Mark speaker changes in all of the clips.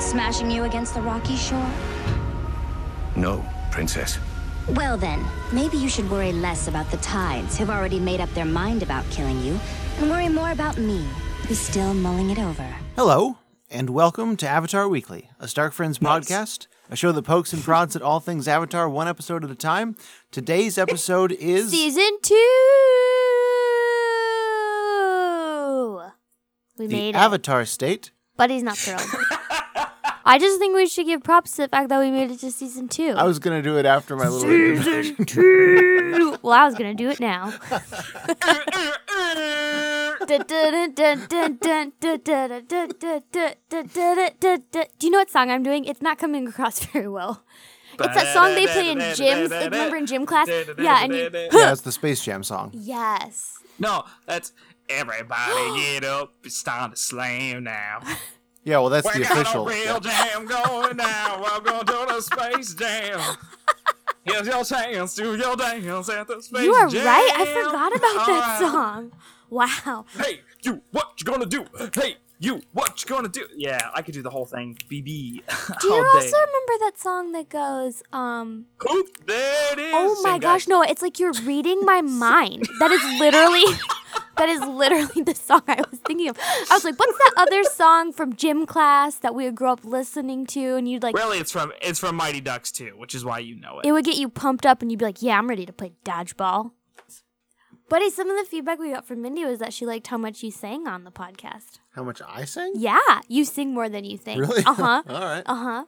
Speaker 1: smashing you against the rocky shore?
Speaker 2: No, Princess.
Speaker 1: Well then, maybe you should worry less about the tides who've already made up their mind about killing you, and worry more about me, who's still mulling it over.
Speaker 3: Hello, and welcome to Avatar Weekly, a Stark Friends podcast, a show that pokes and prods at all things Avatar one episode at a time. Today's episode is.
Speaker 4: season two. We
Speaker 3: the
Speaker 4: made it,
Speaker 3: Avatar State.
Speaker 4: but he's not thrilled. I just think we should give props to the fact that we made it to season two.
Speaker 3: I was gonna do it after my little introduction.
Speaker 4: well, I was gonna do it now. Do you know what song I'm doing? It's not coming across very well. It's that song they play in gyms. Like, remember in gym class? Yeah, and you.
Speaker 3: Yeah, it's the Space Jam song.
Speaker 4: Yes.
Speaker 5: No, that's everybody get up. It's time to slam now.
Speaker 3: Yeah, well, that's
Speaker 5: We
Speaker 3: the
Speaker 5: got a
Speaker 3: official.
Speaker 5: real jam going now. Welcome to the space jam. Here's your chance to your dance at the space
Speaker 4: You are
Speaker 5: jam.
Speaker 4: right. I forgot about that
Speaker 5: All right.
Speaker 4: song. Wow.
Speaker 5: Hey, you, what you gonna do? Hey, you, what you gonna do? Yeah, I could do the whole thing. BB.
Speaker 4: Do you
Speaker 5: all
Speaker 4: also
Speaker 5: day.
Speaker 4: remember that song that goes, um,
Speaker 5: Oop, there it is.
Speaker 4: oh my
Speaker 5: Same
Speaker 4: gosh,
Speaker 5: guy.
Speaker 4: no, it's like you're reading my mind. That is literally, that is literally the song I was thinking of. I was like, what's that other song from gym class that we would grow up listening to? And you'd like,
Speaker 5: Really, it's from it's from Mighty Ducks too, which is why you know it.
Speaker 4: it would get you pumped up and you'd be like, yeah, I'm ready to play dodgeball. Buddy, some of the feedback we got from Mindy was that she liked how much you sang on the podcast.
Speaker 3: How much I sang?
Speaker 4: Yeah, you sing more than you think.
Speaker 3: Really?
Speaker 4: Uh huh.
Speaker 5: Oh.
Speaker 3: All right.
Speaker 4: Uh huh.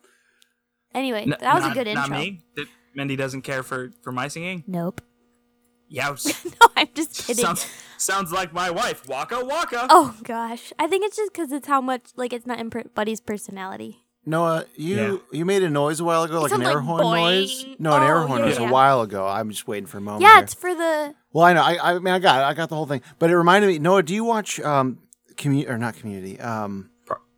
Speaker 4: Anyway,
Speaker 5: N-
Speaker 4: that was
Speaker 5: not-
Speaker 4: a good intro.
Speaker 5: Not me. That Mindy doesn't care for for my singing.
Speaker 4: Nope.
Speaker 5: Youse.
Speaker 4: No, I'm just kidding.
Speaker 5: sounds sounds like my wife. Waka waka.
Speaker 4: oh gosh, I think it's just because it's how much like it's not in per- Buddy's personality.
Speaker 3: Noah, you you made a noise a while ago, like an
Speaker 4: sounds
Speaker 3: air
Speaker 4: like
Speaker 3: horn
Speaker 4: boing.
Speaker 3: noise. No, an air
Speaker 4: Oh,
Speaker 3: horn
Speaker 4: yeah,
Speaker 3: noise
Speaker 4: yeah.
Speaker 3: a while ago. I'm just waiting for a moment.
Speaker 4: yeah,
Speaker 3: here.
Speaker 4: it's for the
Speaker 3: Well, I know. I, I mean, I got it. I got the whole thing. But it reminded me. Noah, do you watch um, community or not community? Um,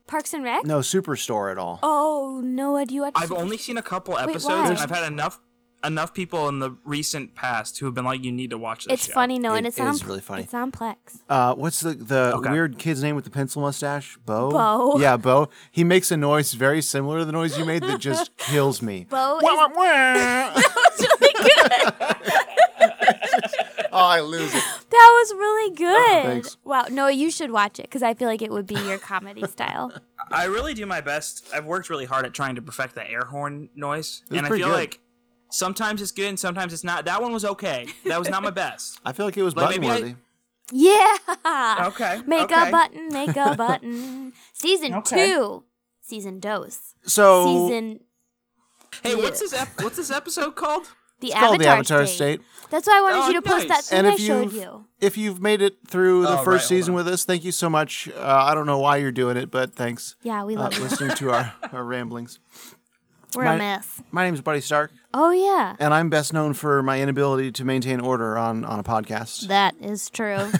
Speaker 4: Parks and Rec.
Speaker 3: no, Superstore at all?
Speaker 4: Oh Noah, do you watch?
Speaker 5: I've only seen a couple episodes,
Speaker 4: why?
Speaker 5: and I've had enough enough people in the recent past who have been like, "You need to watch this."
Speaker 4: It's
Speaker 5: show."
Speaker 4: funny, Noah, and
Speaker 3: It
Speaker 4: it's on.
Speaker 3: is really funny.
Speaker 4: It's on Plex.
Speaker 3: Uh, what's the the
Speaker 5: Okay.
Speaker 3: weird kid's name with the pencil mustache? Bo.
Speaker 4: Bo.
Speaker 3: Yeah, Bo. He makes a noise very similar to the noise you made that just kills me.
Speaker 4: Bo
Speaker 3: Wah,
Speaker 4: is
Speaker 3: wah, wah. oh, I lose it.
Speaker 4: that was really good.
Speaker 3: Oh, thanks.
Speaker 4: Wow, Noah, you should watch it because I feel like it would be your comedy style.
Speaker 5: I really do my best. I've worked really hard at trying to perfect the air horn noise,
Speaker 3: was
Speaker 5: and I
Speaker 3: pretty
Speaker 5: feel
Speaker 3: good.
Speaker 5: like sometimes it's good and sometimes it's not. That one was okay. That was not my best.
Speaker 3: I feel like it was
Speaker 5: Like,
Speaker 3: button
Speaker 5: maybe I-
Speaker 3: worthy.
Speaker 4: Yeah.
Speaker 5: Okay,
Speaker 4: Make a
Speaker 5: okay.
Speaker 4: button. Make a button. Season
Speaker 5: Okay.
Speaker 4: two. Season dose.
Speaker 3: So
Speaker 4: Season
Speaker 5: Hey, what's this? Ep- what's this episode called?
Speaker 4: the
Speaker 3: it's
Speaker 4: Avatar,
Speaker 3: called the Avatar
Speaker 4: State.
Speaker 3: State.
Speaker 4: That's why I wanted
Speaker 5: Oh,
Speaker 4: you to post that
Speaker 5: nice.
Speaker 4: thing
Speaker 3: and
Speaker 4: I
Speaker 3: if
Speaker 4: showed
Speaker 3: you've
Speaker 4: you.
Speaker 3: if you've made it through
Speaker 5: Oh,
Speaker 3: the
Speaker 5: right,
Speaker 3: first
Speaker 5: hold
Speaker 3: season
Speaker 5: on.
Speaker 3: with us, thank you so much. Uh, I don't know why you're doing it, but thanks.
Speaker 4: Yeah, we
Speaker 3: Uh,
Speaker 4: love you.
Speaker 3: listening to our, our ramblings.
Speaker 4: We're
Speaker 3: my-
Speaker 4: a mess.
Speaker 3: My name is Buddy Stark,
Speaker 4: Oh yeah,
Speaker 3: and I'm best known for my inability to maintain order on, on a podcast.
Speaker 4: that is true.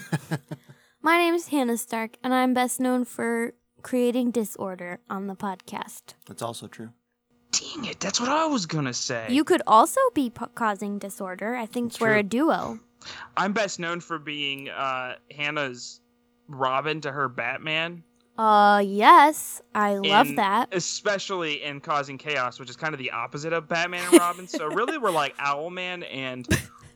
Speaker 4: My name is Hannah Stark, and I'm best known for creating disorder on the podcast.
Speaker 3: That's also true.
Speaker 5: Dang it! That's what I was gonna say.
Speaker 4: You could also be po- causing disorder. I think we're a duo.
Speaker 5: I'm best known for being uh, Hannah's Robin to her Batman.
Speaker 4: Uh, yes, I love
Speaker 5: in-
Speaker 4: that.
Speaker 5: Especially in causing chaos, which is kind of the opposite of Batman and Robin. so really, we're like Owlman and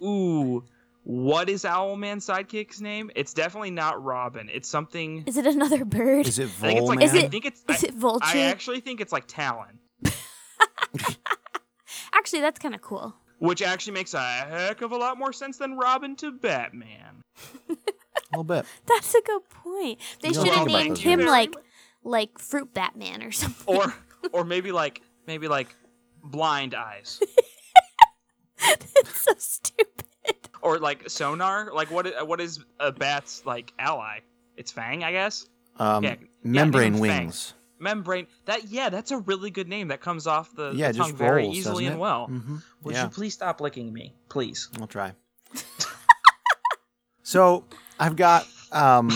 Speaker 5: ooh, what is Owlman's sidekick's name? It's definitely not Robin. It's something.
Speaker 4: Is it another bird?
Speaker 3: Is it
Speaker 5: I think it's
Speaker 3: Volman?
Speaker 5: like.
Speaker 4: Is
Speaker 5: I
Speaker 4: it-
Speaker 5: think it's.
Speaker 4: is
Speaker 5: I,
Speaker 4: it Vulture?
Speaker 5: I actually think it's like Talon,
Speaker 4: Actually, that's kind of cool.
Speaker 5: which actually makes a heck of a lot more sense than Robin to Batman.
Speaker 3: a little bit.
Speaker 4: That's a good point. They
Speaker 3: You don't
Speaker 4: should have
Speaker 3: think about
Speaker 4: named
Speaker 3: those
Speaker 4: him
Speaker 5: very
Speaker 4: like, like Fruit Batman or something.
Speaker 5: Or, or maybe like, maybe like, Blind Eyes,
Speaker 4: it's so stupid.
Speaker 5: or like Sonar. Like what? i- What is a bat's like ally? It's Fang, I guess.
Speaker 3: Um,
Speaker 5: Yeah, yeah,
Speaker 3: membrane
Speaker 5: even fangs.
Speaker 3: wings.
Speaker 5: membrane that yeah that's a really good name that comes off the, the
Speaker 3: Yeah, it
Speaker 5: tongue
Speaker 3: just
Speaker 5: very
Speaker 3: rolls,
Speaker 5: easily
Speaker 3: doesn't
Speaker 5: and
Speaker 3: it?
Speaker 5: well
Speaker 3: Mm-hmm.
Speaker 5: would
Speaker 3: yeah.
Speaker 5: you please stop licking me please
Speaker 3: I'll try. so I've got um,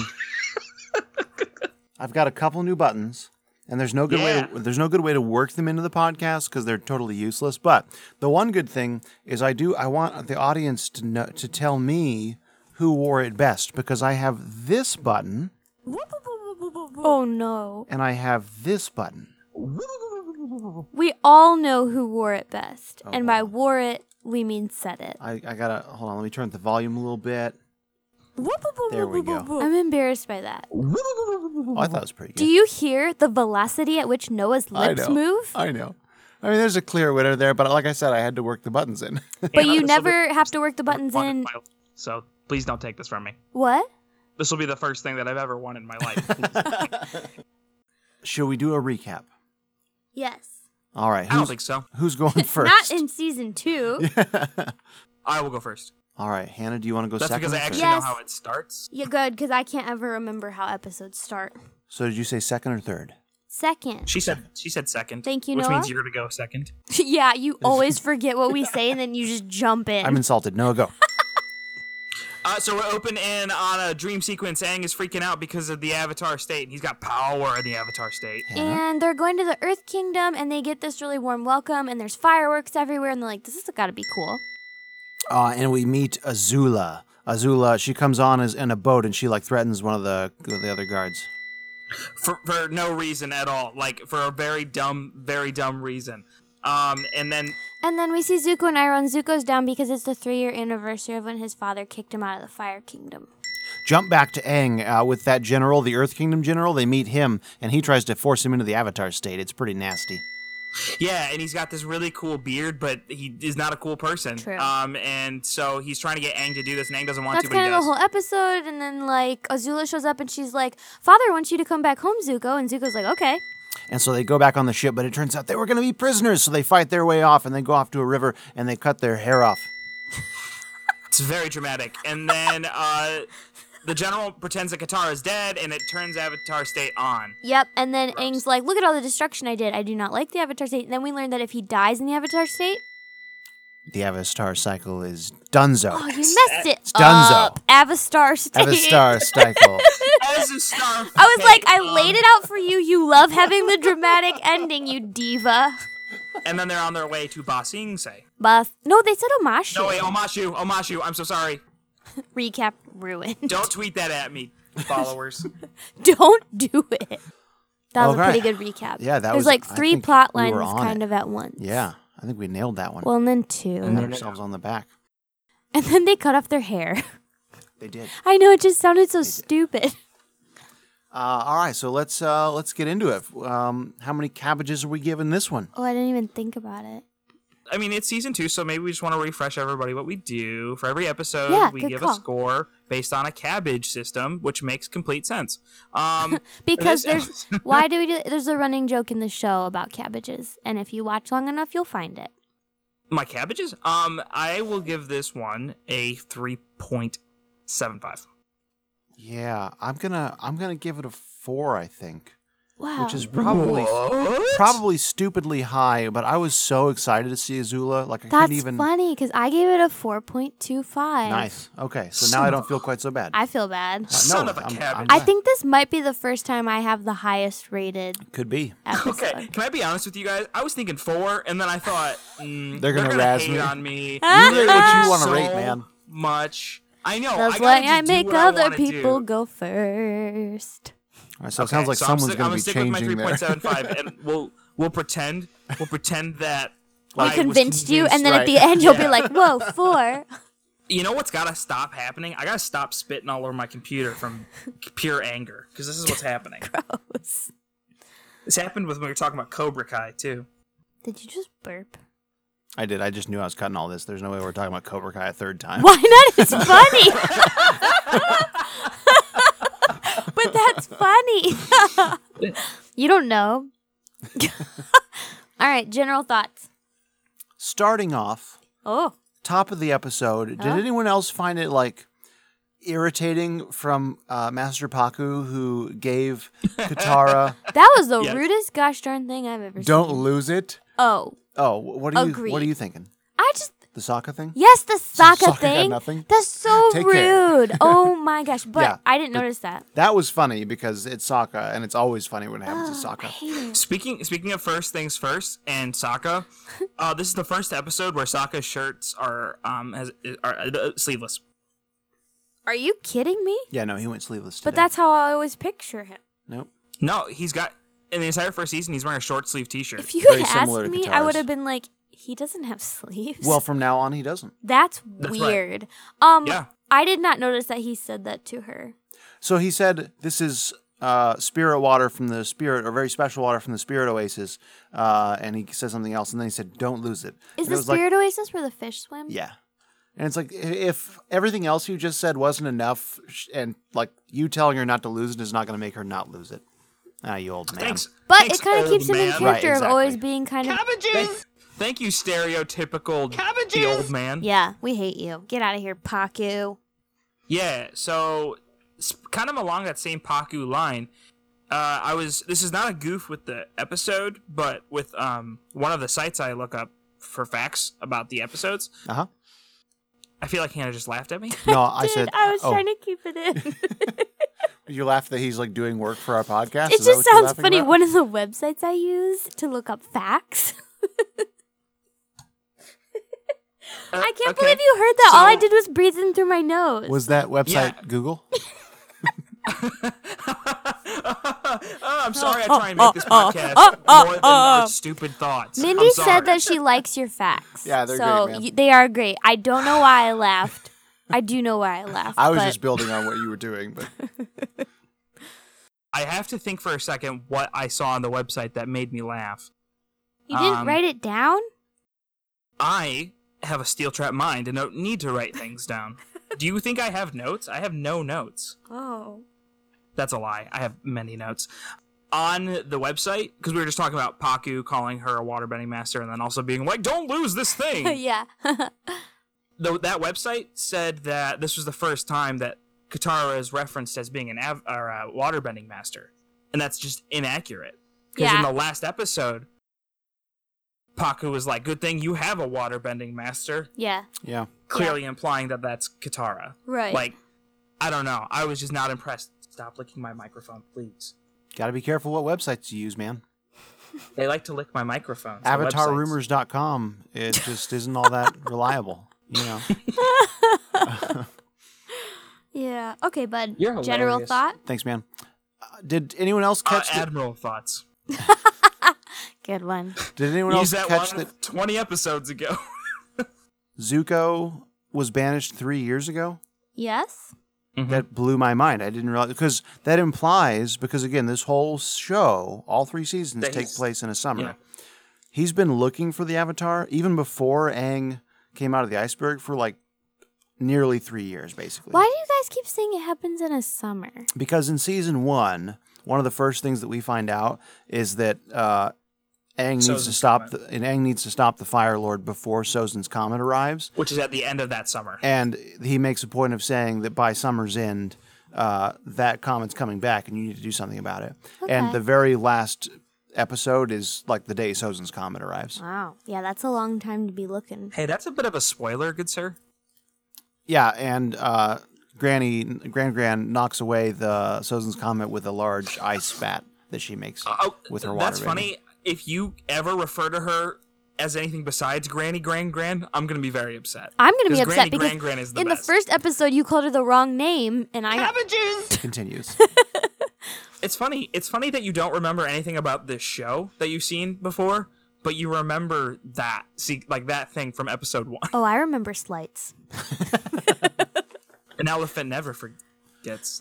Speaker 3: I've got a couple new buttons, and there's no good way to,
Speaker 5: Yeah.
Speaker 3: there's no good way to work them into the podcast because they're totally useless. But the one good thing is I do I want the audience to know, to tell me who wore it best because I have this button
Speaker 4: Oh no.
Speaker 3: and I have this button.
Speaker 4: We all know who wore it best,
Speaker 3: Oh,
Speaker 4: and by wore it, we mean said it.
Speaker 3: I, I gotta hold on. Let me turn up the volume a little bit. There we go.
Speaker 4: I'm embarrassed by that.
Speaker 3: Oh, I thought it was pretty good.
Speaker 4: Do you hear the velocity at which Noah's
Speaker 3: I
Speaker 4: lips
Speaker 3: know.
Speaker 4: move?
Speaker 3: I know. I mean, there's a clear winner there, but like I said, I had to work the buttons in.
Speaker 4: But
Speaker 5: And
Speaker 4: you
Speaker 5: this will be
Speaker 4: never have to work the buttons
Speaker 5: one of
Speaker 4: in.
Speaker 5: my- So please don't take this from me.
Speaker 4: What?
Speaker 5: This will be the first thing that I've ever won in my life.
Speaker 3: Shall we do a recap?
Speaker 4: Yes.
Speaker 3: All right.
Speaker 5: I don't
Speaker 3: Who's,
Speaker 5: think so.
Speaker 3: who's going
Speaker 4: Not
Speaker 3: first?
Speaker 4: in season two.
Speaker 5: I will go first.
Speaker 3: All right, Hannah, do you want to go
Speaker 5: That's
Speaker 3: second?
Speaker 5: because I
Speaker 3: or
Speaker 5: actually
Speaker 3: third?
Speaker 5: know
Speaker 4: Yes.
Speaker 5: how it starts.
Speaker 4: Yeah, good, because I can't ever remember how episodes start.
Speaker 3: So did you say second or third?
Speaker 4: Second.
Speaker 5: She said she said second.
Speaker 4: Thank you,
Speaker 5: Which
Speaker 4: Noah.
Speaker 5: means you're gonna go second.
Speaker 4: yeah, you always forget what we say and then you just jump in.
Speaker 3: I'm insulted. No, go.
Speaker 5: Uh, so we're open in on a dream sequence. Aang is freaking out because of the Avatar state, and he's got power in the Avatar state.
Speaker 4: and they're going to the Earth Kingdom and they get this really warm welcome and there's fireworks everywhere and they're like, this has got to be cool.
Speaker 3: Uh, and we meet Azula. Azula, she comes on as in a boat, and she like threatens one of the the other guards.
Speaker 5: for, for no reason at all like for a very dumb very dumb reason um and then
Speaker 4: And then we see Zuko and Iroh, and Zuko's down because it's the three year anniversary of when his father kicked him out of the Fire Kingdom.
Speaker 3: Jump back to Aang uh, with that general, the Earth Kingdom general. They meet him, and he tries to force him into the Avatar state. It's pretty nasty.
Speaker 5: yeah and he's got this really cool beard but he is not a cool person
Speaker 4: True.
Speaker 5: um and so he's trying to get Aang to do this and Aang doesn't want
Speaker 4: That's
Speaker 5: to but he
Speaker 4: kind of
Speaker 5: does
Speaker 4: the whole episode. And then, like, Azula shows up and she's like, Father wants you to come back home, Zuko. And Zuko's like, okay.
Speaker 3: And so they go back on the ship, but it turns out they were going to be prisoners, so they fight their way off, and they go off to a river, and they cut their hair off.
Speaker 5: it's very dramatic and then uh the general pretends that Katara is dead and it turns Avatar state on
Speaker 4: Yep. And then Aang's like, look at all the destruction I did. I do not like the Avatar State. And then we learn that if he dies in the Avatar State,
Speaker 3: The Avatar cycle is donezo.
Speaker 4: oh, you messed it
Speaker 3: Dunzo.
Speaker 4: up. Avastar State.
Speaker 3: Avatar cycle.
Speaker 5: as Um, a star
Speaker 4: I was like, I laid it out for you. You love having the dramatic ending, you diva.
Speaker 5: and then they're on their way to Ba Sing Se
Speaker 4: Buff. No, they said Omashi.
Speaker 5: no wait Omashu Omashu I'm so sorry
Speaker 4: Recap ruined.
Speaker 5: don't tweet that at me followers
Speaker 4: don't do it. That was a
Speaker 3: Okay.
Speaker 4: pretty good recap.
Speaker 3: Yeah, that
Speaker 4: There's
Speaker 3: was-
Speaker 4: like
Speaker 3: I
Speaker 4: three
Speaker 3: think
Speaker 4: plot
Speaker 3: we
Speaker 4: lines
Speaker 3: were on
Speaker 4: kind
Speaker 3: it.
Speaker 4: of at once.
Speaker 3: Yeah, I think we nailed that one.
Speaker 4: Well, and then two,
Speaker 3: and ourselves on the back.
Speaker 4: and then they cut off their hair.
Speaker 3: They did.
Speaker 4: I know it just sounded so stupid.
Speaker 3: Uh, all right, so let's uh, let's get into it. Um, how many cabbages are we giving this one?
Speaker 4: Oh, I didn't even think about it.
Speaker 5: I mean, it's season two, so maybe we just want to refresh everybody what we do. For every episode,
Speaker 4: Yeah,
Speaker 5: we
Speaker 4: good
Speaker 5: give a
Speaker 4: call.
Speaker 5: score based on a cabbage system, which makes complete sense. Um,
Speaker 4: Because
Speaker 5: This-
Speaker 4: there's why do we do? There's a running joke in the show about cabbages, and if you watch long enough, you'll find it.
Speaker 5: my cabbages? Um, I will give this one a 3.75.
Speaker 3: Yeah, I'm gonna I'm gonna give it a four, I think,
Speaker 4: Wow.
Speaker 3: which is probably probably stupidly high. But I was so excited to see Azula, like I
Speaker 4: that's
Speaker 3: couldn't even.
Speaker 4: funny because I gave it a four point two five.
Speaker 3: Nice. Okay, so now I don't feel quite so bad.
Speaker 4: I feel bad.
Speaker 3: Uh,
Speaker 5: Son of a
Speaker 3: I'm-
Speaker 5: cabbage.
Speaker 3: I'm
Speaker 4: I think this might be the first time I have the highest rated
Speaker 3: glad. could be.
Speaker 4: episode.
Speaker 5: Okay, can I be honest with you guys? I was thinking four, and then I thought mm,
Speaker 3: They're gonna razz
Speaker 5: hate
Speaker 3: me.
Speaker 5: on me.
Speaker 4: You rate what
Speaker 3: you wanna
Speaker 5: so
Speaker 3: rate, man.
Speaker 5: Much. I know.
Speaker 4: That's
Speaker 5: Oh, I gotta
Speaker 4: why
Speaker 5: just
Speaker 4: I
Speaker 5: do
Speaker 4: make
Speaker 5: what I
Speaker 4: other
Speaker 5: wanna do.
Speaker 4: people go first.
Speaker 3: All right, so it sounds like
Speaker 5: so I'm
Speaker 3: someone's gonna
Speaker 5: stick- I'm gonna
Speaker 3: be
Speaker 5: stick
Speaker 3: changing
Speaker 5: with my
Speaker 3: there.
Speaker 5: 3.75, and we'll we'll pretend we'll pretend that I
Speaker 4: We
Speaker 5: was
Speaker 4: convinced you, and then at
Speaker 3: right.
Speaker 4: the end, you'll be like, whoa, four.
Speaker 5: You know what's gotta stop happening? I gotta stop spitting all over my computer from pure anger because this is what's happening.
Speaker 4: Gross.
Speaker 5: This happened with when we were talking about Cobra Kai too.
Speaker 4: Did you just burp?
Speaker 3: I did. I just knew I was cutting all this. There's no way we're talking about Cobra Kai a third time.
Speaker 4: Why not? It's funny. but that's funny. you don't know. All right, general thoughts.
Speaker 3: Starting off,
Speaker 4: Oh,
Speaker 3: top of the episode, did anyone else find it like irritating from uh, Master Paku who gave Katara
Speaker 4: that was the
Speaker 5: Yes.
Speaker 4: rudest gosh darn thing I've ever seen.
Speaker 3: "Don't lose it"?
Speaker 4: Oh,
Speaker 3: Oh, wh- what are you? What
Speaker 4: Agreed.
Speaker 3: are you thinking?
Speaker 4: I just
Speaker 3: The Sokka thing?
Speaker 4: Yes, the Sokka
Speaker 3: Sokka got
Speaker 4: thing.
Speaker 3: nothing?
Speaker 4: That's so
Speaker 3: Take care.
Speaker 4: rude. oh my gosh. But
Speaker 3: Yeah,
Speaker 4: I didn't notice that.
Speaker 3: That was funny because it's Sokka, and it's always funny when it happens to
Speaker 4: I
Speaker 3: Sokka.
Speaker 4: hate it.
Speaker 5: Speaking speaking of first things first, and Sokka, uh, this is the first episode where Sokka's shirts are um has, are uh, sleeveless.
Speaker 4: Are you kidding me?
Speaker 3: Yeah, no, he went sleeveless.
Speaker 4: But
Speaker 3: today.
Speaker 4: that's how I always picture him.
Speaker 3: nope.
Speaker 5: No, he's got in the entire first season, he's wearing a short sleeve T-shirt.
Speaker 4: If you
Speaker 3: Very
Speaker 4: had
Speaker 3: similar
Speaker 4: asked
Speaker 3: to
Speaker 4: me, I
Speaker 3: guitars.
Speaker 4: would have been like, he doesn't have sleeves.
Speaker 3: Well, from now on, he doesn't.
Speaker 4: that's,
Speaker 5: right.
Speaker 4: weird. Um,
Speaker 5: Yeah.
Speaker 4: I did not notice that he said that to her.
Speaker 3: So he said, "This is uh, spirit water from the spirit, or very special water from the spirit oasis." Uh, and he said something else, and then he said, "Don't lose it."
Speaker 4: Is
Speaker 3: And
Speaker 4: the
Speaker 3: it was like-
Speaker 4: spirit oasis where the fish swim?
Speaker 3: yeah. And it's like i- if everything else you just said wasn't enough, sh- and like you telling her not to lose it is not going to make her not lose it. Ah, you old man.
Speaker 5: Thanks.
Speaker 4: But
Speaker 5: thanks,
Speaker 4: it kind of
Speaker 5: old
Speaker 4: keeps him in
Speaker 5: man.
Speaker 4: character
Speaker 3: Right,
Speaker 4: of always
Speaker 3: exactly.
Speaker 4: being kind of.
Speaker 6: Cabbages!
Speaker 5: Thank you, stereotypical
Speaker 6: Cabbages!
Speaker 5: the old man.
Speaker 4: Yeah, we hate you. Get out of here, Paku.
Speaker 5: Yeah, so s- kind of along that same Paku line, uh, I was. This is not a goof with the episode, but with um one of the sites I look up for facts about the episodes.
Speaker 3: Uh huh.
Speaker 5: I feel like Hannah just laughed at me.
Speaker 3: No, I said.
Speaker 4: Dude, I was
Speaker 3: oh,
Speaker 4: trying to keep it in.
Speaker 3: You laugh that he's like doing work for our podcast.
Speaker 4: it
Speaker 3: Is that
Speaker 4: just
Speaker 3: what you're
Speaker 4: sounds
Speaker 3: laughing
Speaker 4: funny.
Speaker 3: about?
Speaker 4: One of the websites I use to look up facts.
Speaker 3: Uh,
Speaker 4: I can't
Speaker 5: okay.
Speaker 4: believe you heard that. All I
Speaker 5: So-
Speaker 4: did was breathe in through my nose.
Speaker 3: was that website
Speaker 5: Yeah.
Speaker 3: Google?
Speaker 5: Oh, I'm sorry. I try and make this podcast more than our stupid thoughts. I'm
Speaker 4: Mindy said
Speaker 5: sorry.
Speaker 4: that she likes your facts.
Speaker 3: Yeah, they're
Speaker 4: so
Speaker 3: great, man.
Speaker 4: y- they are great. I don't know why I laughed. I do know why I laughed.
Speaker 3: I was
Speaker 4: but
Speaker 3: just building on what you were doing, but
Speaker 5: I have to think for a second what I saw on the website that made me laugh.
Speaker 4: you didn't
Speaker 5: um,
Speaker 4: write it down.
Speaker 5: I have a steel trap mind and don't need to write things down. Do you think I have notes? I have no notes.
Speaker 4: Oh,
Speaker 5: That's a lie. I have many notes. On the website, because we were just talking about Paku calling her a waterbending master and then also being like, don't lose this thing.
Speaker 4: yeah.
Speaker 5: Though that website said that this was the first time that Katara is referenced as being an av- or a waterbending master. And that's just inaccurate. Because
Speaker 4: Yeah.
Speaker 5: in the last episode, Paku was like, good thing you have a waterbending master.
Speaker 4: yeah.
Speaker 3: yeah.
Speaker 5: clearly implying that that's Katara.
Speaker 4: Right.
Speaker 5: Like, I don't know. I was just not impressed. Stop licking my microphone, please.
Speaker 3: Got to be careful what websites you use, man.
Speaker 5: They like to lick my microphone.
Speaker 3: AvatarRumors.com. It just isn't all that reliable, you know.
Speaker 4: Yeah. Okay, bud.
Speaker 5: You're
Speaker 4: General
Speaker 5: hilarious.
Speaker 4: thought.
Speaker 3: Thanks, man. Uh, did anyone else catch? the-
Speaker 5: Admiral thoughts.
Speaker 4: Good one.
Speaker 3: did anyone
Speaker 5: Use
Speaker 3: else
Speaker 5: that
Speaker 3: catch
Speaker 5: one
Speaker 3: that
Speaker 5: 20 episodes ago.
Speaker 3: Zuko was banished three years ago?
Speaker 4: Yes.
Speaker 5: Mm-hmm.
Speaker 3: That blew my mind. I didn't realize because that implies because again, this whole show, all three seasons,
Speaker 5: That
Speaker 3: take
Speaker 5: he's-
Speaker 3: place in a summer.
Speaker 5: yeah.
Speaker 3: He's been looking for the Avatar even before Aang came out of the iceberg for like nearly three years, basically.
Speaker 4: Why do you guys keep saying it happens in a summer?
Speaker 3: because in season one, one of the first things that we find out is that uh, Aang
Speaker 5: Sozin's
Speaker 3: needs to stop the, and Aang needs to stop the Fire Lord before Sozin's comet arrives,
Speaker 5: Which is at the end of that summer.
Speaker 3: and he makes a point of saying that by summer's end, uh, that comet's coming back, and you need to do something about it.
Speaker 4: Okay.
Speaker 3: And the very last episode is like the day Sozin's comet arrives.
Speaker 4: Wow. Yeah, that's a long time to be looking.
Speaker 5: Hey, that's a bit of a spoiler, good sir.
Speaker 3: Yeah, and uh, Granny Grand Grand knocks away the Sozin's comet with a large ice spat that she makes
Speaker 5: Oh,
Speaker 3: with her water.
Speaker 5: That's
Speaker 3: baby.
Speaker 5: funny. If you ever refer to her as anything besides Granny Gran Gran, I'm going to be very upset.
Speaker 4: I'm gonna be
Speaker 5: 'Cause
Speaker 4: upset
Speaker 5: Granny
Speaker 4: because
Speaker 5: Gran Gran is the
Speaker 4: in
Speaker 5: best.
Speaker 4: the first episode you called her the wrong name, and I got
Speaker 6: Cabbages!
Speaker 3: Continues.
Speaker 5: It's funny. It's funny that you don't remember anything about this show that you've seen before, but you remember that see like that thing from episode one.
Speaker 4: oh, I remember slights.
Speaker 5: An elephant never forgets.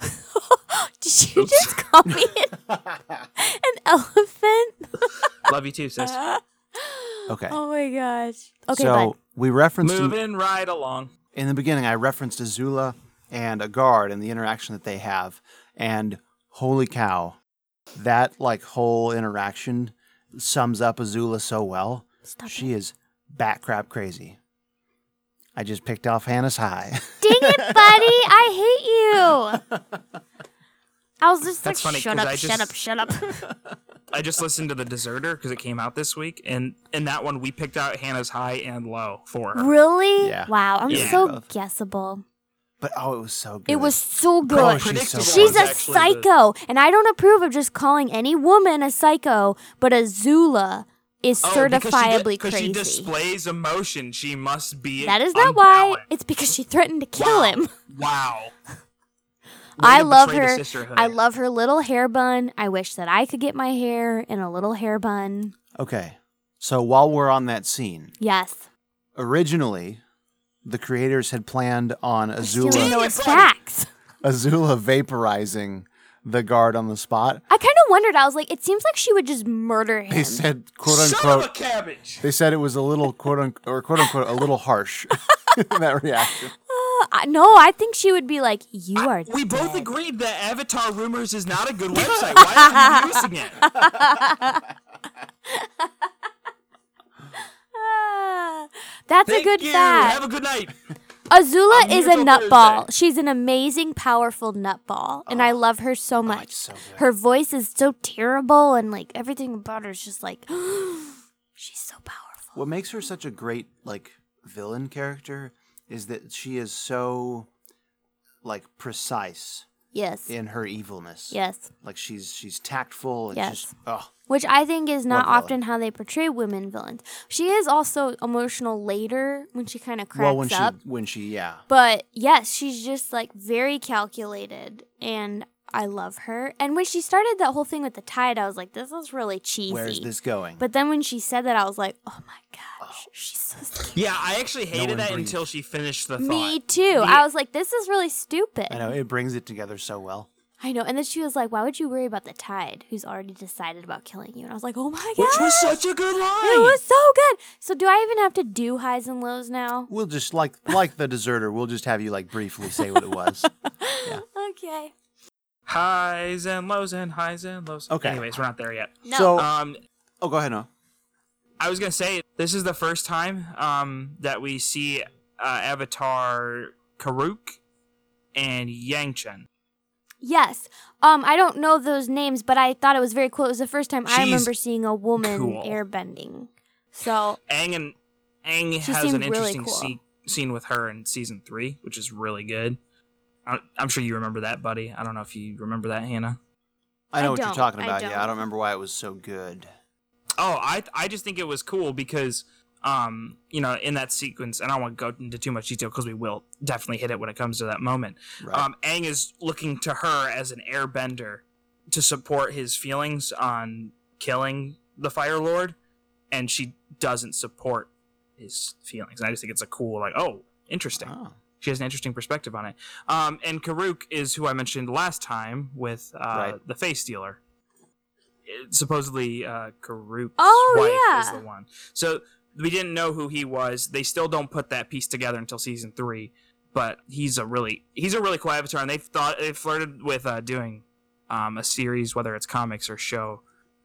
Speaker 4: Did you just call me an, an elephant?
Speaker 5: Love you too, sis.
Speaker 3: Okay.
Speaker 4: Oh my gosh. Okay,
Speaker 3: so
Speaker 4: bud.
Speaker 3: we referenced in,
Speaker 5: Moving right along.
Speaker 3: in the beginning. I referenced Azula and a guard and the interaction that they have, and holy cow, that like whole interaction sums up Azula so well.
Speaker 4: Stop
Speaker 3: she is bat crap crazy. I just picked off Hannah's high.
Speaker 4: Dang it, buddy! I hate you. I was just
Speaker 5: That's
Speaker 4: like,
Speaker 5: funny,
Speaker 4: shut
Speaker 5: 'cause
Speaker 4: up,
Speaker 5: I
Speaker 4: shut up,
Speaker 5: just-
Speaker 4: shut up.
Speaker 5: I just listened to the Deserter because it came out this week, and in that one we picked out Hannah's high and low for her.
Speaker 4: really?
Speaker 3: Yeah.
Speaker 4: Wow, I'm
Speaker 5: Yeah.
Speaker 4: so
Speaker 3: Both.
Speaker 4: guessable.
Speaker 3: but oh, it was so good.
Speaker 4: It was so good.
Speaker 3: Oh, she's so
Speaker 5: Predictable
Speaker 3: good.
Speaker 4: She's
Speaker 5: one's
Speaker 4: a
Speaker 5: actually the-
Speaker 4: psycho, and I don't approve of just calling any woman a psycho, but Azula is
Speaker 5: Oh, because she di-
Speaker 4: certifiably
Speaker 5: because
Speaker 4: crazy.
Speaker 5: She displays emotion. She must be.
Speaker 4: that is not why.
Speaker 5: unbalanced.
Speaker 4: It's because she threatened to kill him.
Speaker 5: Wow.
Speaker 4: I
Speaker 5: to
Speaker 4: love
Speaker 5: betray the
Speaker 4: her.
Speaker 5: sisterhood.
Speaker 4: I love her little hair bun. I wish that I could get my hair in a little hair bun.
Speaker 3: Okay. So while we're on that scene,
Speaker 4: Yes.
Speaker 3: originally the creators had planned on
Speaker 4: Stealing
Speaker 3: Azula
Speaker 4: those facts.
Speaker 3: Azula vaporizing the guard on the spot.
Speaker 4: I kind of wondered. I was like, it seems like she would just murder him.
Speaker 3: They said quote
Speaker 5: Son of a
Speaker 3: unquote
Speaker 5: cabbage.
Speaker 3: they said it was a little quote unquote or quote unquote a little harsh that reaction.
Speaker 4: I- no, I think she would be like, you are.
Speaker 5: We both agreed that Avatar Rumors is not a good website. Why are you using it?
Speaker 4: Ah, That's a good fact.
Speaker 5: a good night.
Speaker 4: Azula
Speaker 5: I'm
Speaker 4: is a
Speaker 5: here till
Speaker 4: nutball.
Speaker 5: Thursday.
Speaker 4: She's an amazing, powerful nutball, and I love her so much. her voice is so terrible, and like everything about her is just like, she's so powerful.
Speaker 3: What makes her such a great like villain character is that she is so like precise
Speaker 4: Yes,
Speaker 3: in her evilness.
Speaker 4: yes.
Speaker 3: Like she's she's tactful and
Speaker 4: Yes.
Speaker 3: just oh
Speaker 4: Which I think is not
Speaker 3: villain.
Speaker 4: often how they portray women villains. She is also emotional later when she kind of cracks
Speaker 3: well when
Speaker 4: up.
Speaker 3: she when she yeah.
Speaker 4: But yes, she's just like very calculated and I love her. And when she started that whole thing with the tide, I was like, this is really cheesy.
Speaker 3: Where's this going?
Speaker 4: But then when she said that, I was like, oh my gosh, she's so skinny.
Speaker 5: Yeah, I actually hated
Speaker 3: one
Speaker 5: that
Speaker 3: breathed.
Speaker 5: until she finished the thought.
Speaker 4: Me too. I was like, this is really stupid.
Speaker 3: I know it brings it together so well.
Speaker 4: I know. And then she was like, why would you worry about the tide who's already decided about killing you? And I was like, oh my gosh.
Speaker 5: Which was such a good
Speaker 4: it
Speaker 5: line.
Speaker 4: was so good. So do I even have to do highs and lows now?
Speaker 3: We'll just like like the deserter. We'll just have you like briefly say what it was.
Speaker 4: Okay.
Speaker 5: Highs and lows and highs and lows.
Speaker 3: Okay.
Speaker 5: Anyways, we're not there yet.
Speaker 4: No.
Speaker 3: So
Speaker 5: Um,
Speaker 3: oh, go ahead, no.
Speaker 5: I was gonna say this is the first time um that we see uh, Avatar Karuk and Yangchen.
Speaker 4: Yes. Um, I don't know those names, but I thought it was very cool. It was the first time I
Speaker 5: She's
Speaker 4: remember seeing a woman
Speaker 5: cool.
Speaker 4: airbending. So
Speaker 5: Aang and Aang
Speaker 4: She
Speaker 5: has an
Speaker 4: seemed really
Speaker 5: interesting
Speaker 4: cool.
Speaker 5: se- scene with her in season three, which is really good. I- I'm sure you remember that, buddy. I don't know if you remember that, Hannah.
Speaker 3: I know
Speaker 4: I
Speaker 3: what you're
Speaker 4: don't,
Speaker 3: talking
Speaker 4: I
Speaker 3: about. yeah, I
Speaker 4: don't.
Speaker 3: don't remember why it was so good.
Speaker 5: Oh, I I just think it was cool because um you know in that sequence, and I won't go into too much detail because we will definitely hit it when it comes to that moment.
Speaker 3: Right.
Speaker 5: Um, Aang is looking to her as an airbender to support his feelings on killing the Fire Lord, and she doesn't support his feelings. And I just think it's a cool like oh interesting.
Speaker 3: Oh.
Speaker 5: She has an interesting perspective on it. Um, and Karuk is who I mentioned last time with uh,
Speaker 3: Right.
Speaker 5: the face dealer. It- supposedly, uh, Karuk's
Speaker 4: Oh,
Speaker 5: wife is
Speaker 4: yeah.
Speaker 5: the one. So we didn't know who he was. They still don't put that piece together until season three. But he's a really he's a really cool avatar, and they've thought they flirted with uh, doing um, a series, whether it's comics or show,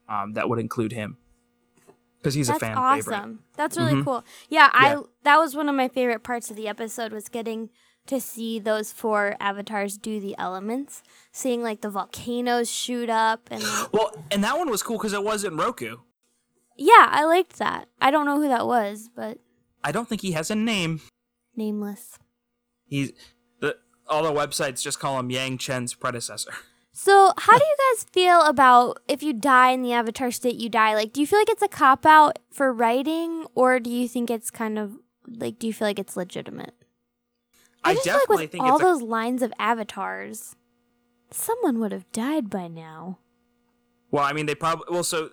Speaker 5: um, that would include him because he's
Speaker 4: that's
Speaker 5: a fan
Speaker 4: awesome.
Speaker 5: favorite.
Speaker 4: That's really
Speaker 5: Mhm.
Speaker 4: cool. Yeah,
Speaker 5: Yeah.
Speaker 4: I that was one of my favorite parts of the episode was getting to see those four avatars do the elements, seeing like the volcanoes shoot up and like-
Speaker 5: Well, and that one was cool because it wasn't Roku.
Speaker 4: yeah, I liked that. I don't know who that was, but
Speaker 5: I don't think he has a name.
Speaker 4: nameless.
Speaker 5: He's the all the websites just call him Yang Chen's predecessor.
Speaker 4: So, how do you guys feel about if you die in the Avatar state, you die? Like, do you feel like it's a cop out for writing, or do you think it's kind of like, do you feel like it's legitimate?
Speaker 5: I,
Speaker 4: just feel
Speaker 5: definitely
Speaker 4: like with
Speaker 5: think
Speaker 4: all
Speaker 5: it's a-
Speaker 4: those lines of avatars, someone would have died by now.
Speaker 5: well, I mean they probably well so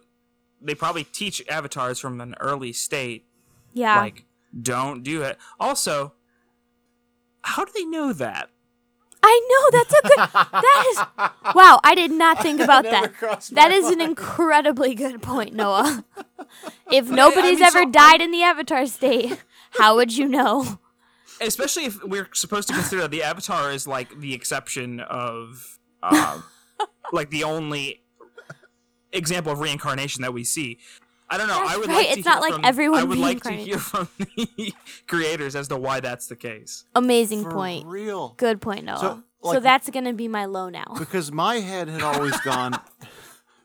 Speaker 5: they probably teach avatars from an early state
Speaker 4: Yeah,
Speaker 5: like don't do it. Also, how do they know that?
Speaker 4: I know that's a good. that is wow. I did not think about
Speaker 3: never
Speaker 4: that.
Speaker 3: crossed my
Speaker 4: That is an incredibly good point, Noah. if nobody's
Speaker 5: mean,
Speaker 4: ever
Speaker 5: so-
Speaker 4: died in the Avatar state, how would you know?
Speaker 5: Especially if we're supposed to consider the avatar is like the exception of um, like the only example of reincarnation that we see. I don't know. I
Speaker 4: That's
Speaker 5: would
Speaker 4: right,
Speaker 5: like to
Speaker 4: it's not
Speaker 5: hear
Speaker 4: like
Speaker 5: from,
Speaker 4: everyone
Speaker 5: I would like to
Speaker 4: reincarnates.
Speaker 5: hear from the creators as to why that's the case.
Speaker 4: Amazing
Speaker 3: For
Speaker 4: point.
Speaker 3: real.
Speaker 4: Good point, Noah. So,
Speaker 3: like-
Speaker 4: that's gonna be my low now.
Speaker 3: because my head had always gone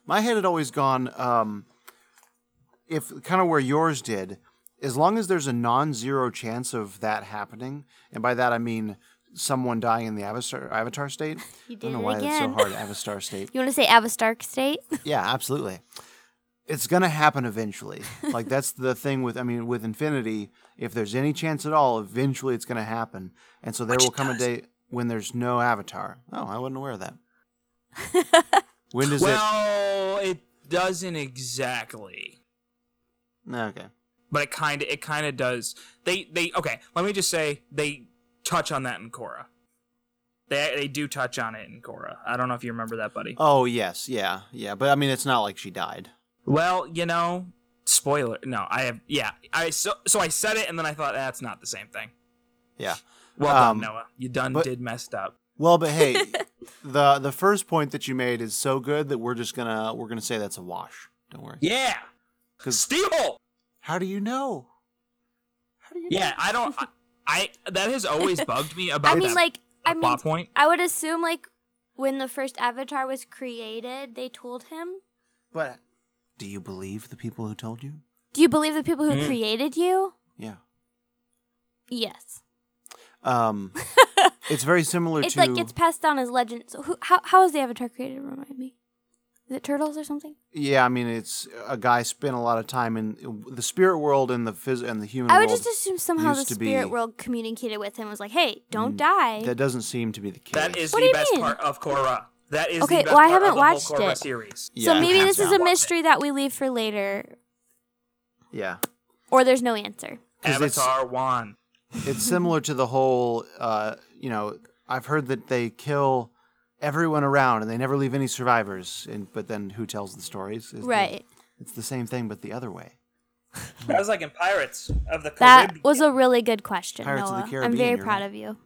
Speaker 3: my head had always gone um if kind of where yours did as long as there's a non-zero chance of that happening and by that i mean someone dying in the avatar avatar state
Speaker 4: You
Speaker 3: i
Speaker 4: did
Speaker 3: don't know
Speaker 4: it
Speaker 3: why
Speaker 4: again.
Speaker 3: that's so hard avatar state
Speaker 4: You want to say Avatar state?
Speaker 3: yeah absolutely it's gonna happen eventually like that's the thing with i mean with infinity if there's any chance at all eventually it's gonna happen and so there will come a day when there's no avatar? Oh, I wasn't aware of that. when does
Speaker 5: well, it doesn't exactly.
Speaker 3: it? Okay.
Speaker 5: but it kind of it kind of does. They they okay. Let me just say they touch on that in Korra. They they do touch on it in Korra. I don't know if you remember that, buddy.
Speaker 3: Oh yes, yeah, yeah. But I mean, it's not like she died.
Speaker 5: Well, you know, spoiler. No, I have yeah. I so so I said it and then I thought that's not the same thing.
Speaker 3: Yeah.
Speaker 5: Well
Speaker 3: Um,
Speaker 5: done, Noah. You done
Speaker 3: but-
Speaker 5: did messed up.
Speaker 3: Well, but hey, the the first point that you made is so good that we're just gonna we're gonna say that's a wash. Don't worry.
Speaker 5: Yeah.
Speaker 3: 'Cause-
Speaker 5: Steeple.
Speaker 3: How do you know? How do you?
Speaker 5: Yeah, I don't. I, I that has always bugged me about.
Speaker 4: I mean,
Speaker 5: that
Speaker 4: like, I mean,
Speaker 5: plot point.
Speaker 4: I would assume like when the first Avatar was created, they told him.
Speaker 3: But do you believe the people who told you?
Speaker 4: Do you believe the people who
Speaker 3: Hmm.
Speaker 5: Mm.
Speaker 4: created you?
Speaker 3: Yeah.
Speaker 4: Yes.
Speaker 3: Um, it's very similar
Speaker 4: It's
Speaker 3: to
Speaker 4: like it's passed down as legend. So who, how how was the Avatar created? Remind me. Is it turtles or something?
Speaker 3: yeah. I mean, it's a guy spent a lot of time in the spirit world and the phys- and the human.
Speaker 4: I would
Speaker 3: world.
Speaker 4: just assume somehow the
Speaker 3: used to
Speaker 4: spirit
Speaker 3: be- Mm.
Speaker 4: world communicated with him and was like, "Hey, don't die."
Speaker 3: That doesn't seem to be the case.
Speaker 5: That is
Speaker 4: What do
Speaker 5: the
Speaker 4: you
Speaker 5: best
Speaker 4: mean?
Speaker 5: part of Korra. That is
Speaker 4: Okay,
Speaker 5: the best
Speaker 4: well, I
Speaker 5: part
Speaker 4: haven't
Speaker 5: of the
Speaker 4: watched
Speaker 5: whole Korra
Speaker 4: it.
Speaker 5: series.
Speaker 3: Yeah,
Speaker 4: so maybe
Speaker 3: hands
Speaker 4: this is
Speaker 3: down.
Speaker 4: a mystery that we leave for later,
Speaker 3: Yeah.
Speaker 4: or there's no answer.
Speaker 3: 'Cause it's-
Speaker 5: Avatar Wan.
Speaker 3: it's similar to the whole uh, you know i've heard that they kill everyone around and they never leave any survivors and but then who tells the stories is the-
Speaker 4: Right.
Speaker 3: it's the same thing but the other way Hmm.
Speaker 5: That was like in Pirates of the
Speaker 4: That was a really good question,
Speaker 3: Pirates of the
Speaker 4: Noah. I'm
Speaker 3: Caribbean,
Speaker 4: very
Speaker 3: you're
Speaker 4: proud
Speaker 3: right.
Speaker 4: of you.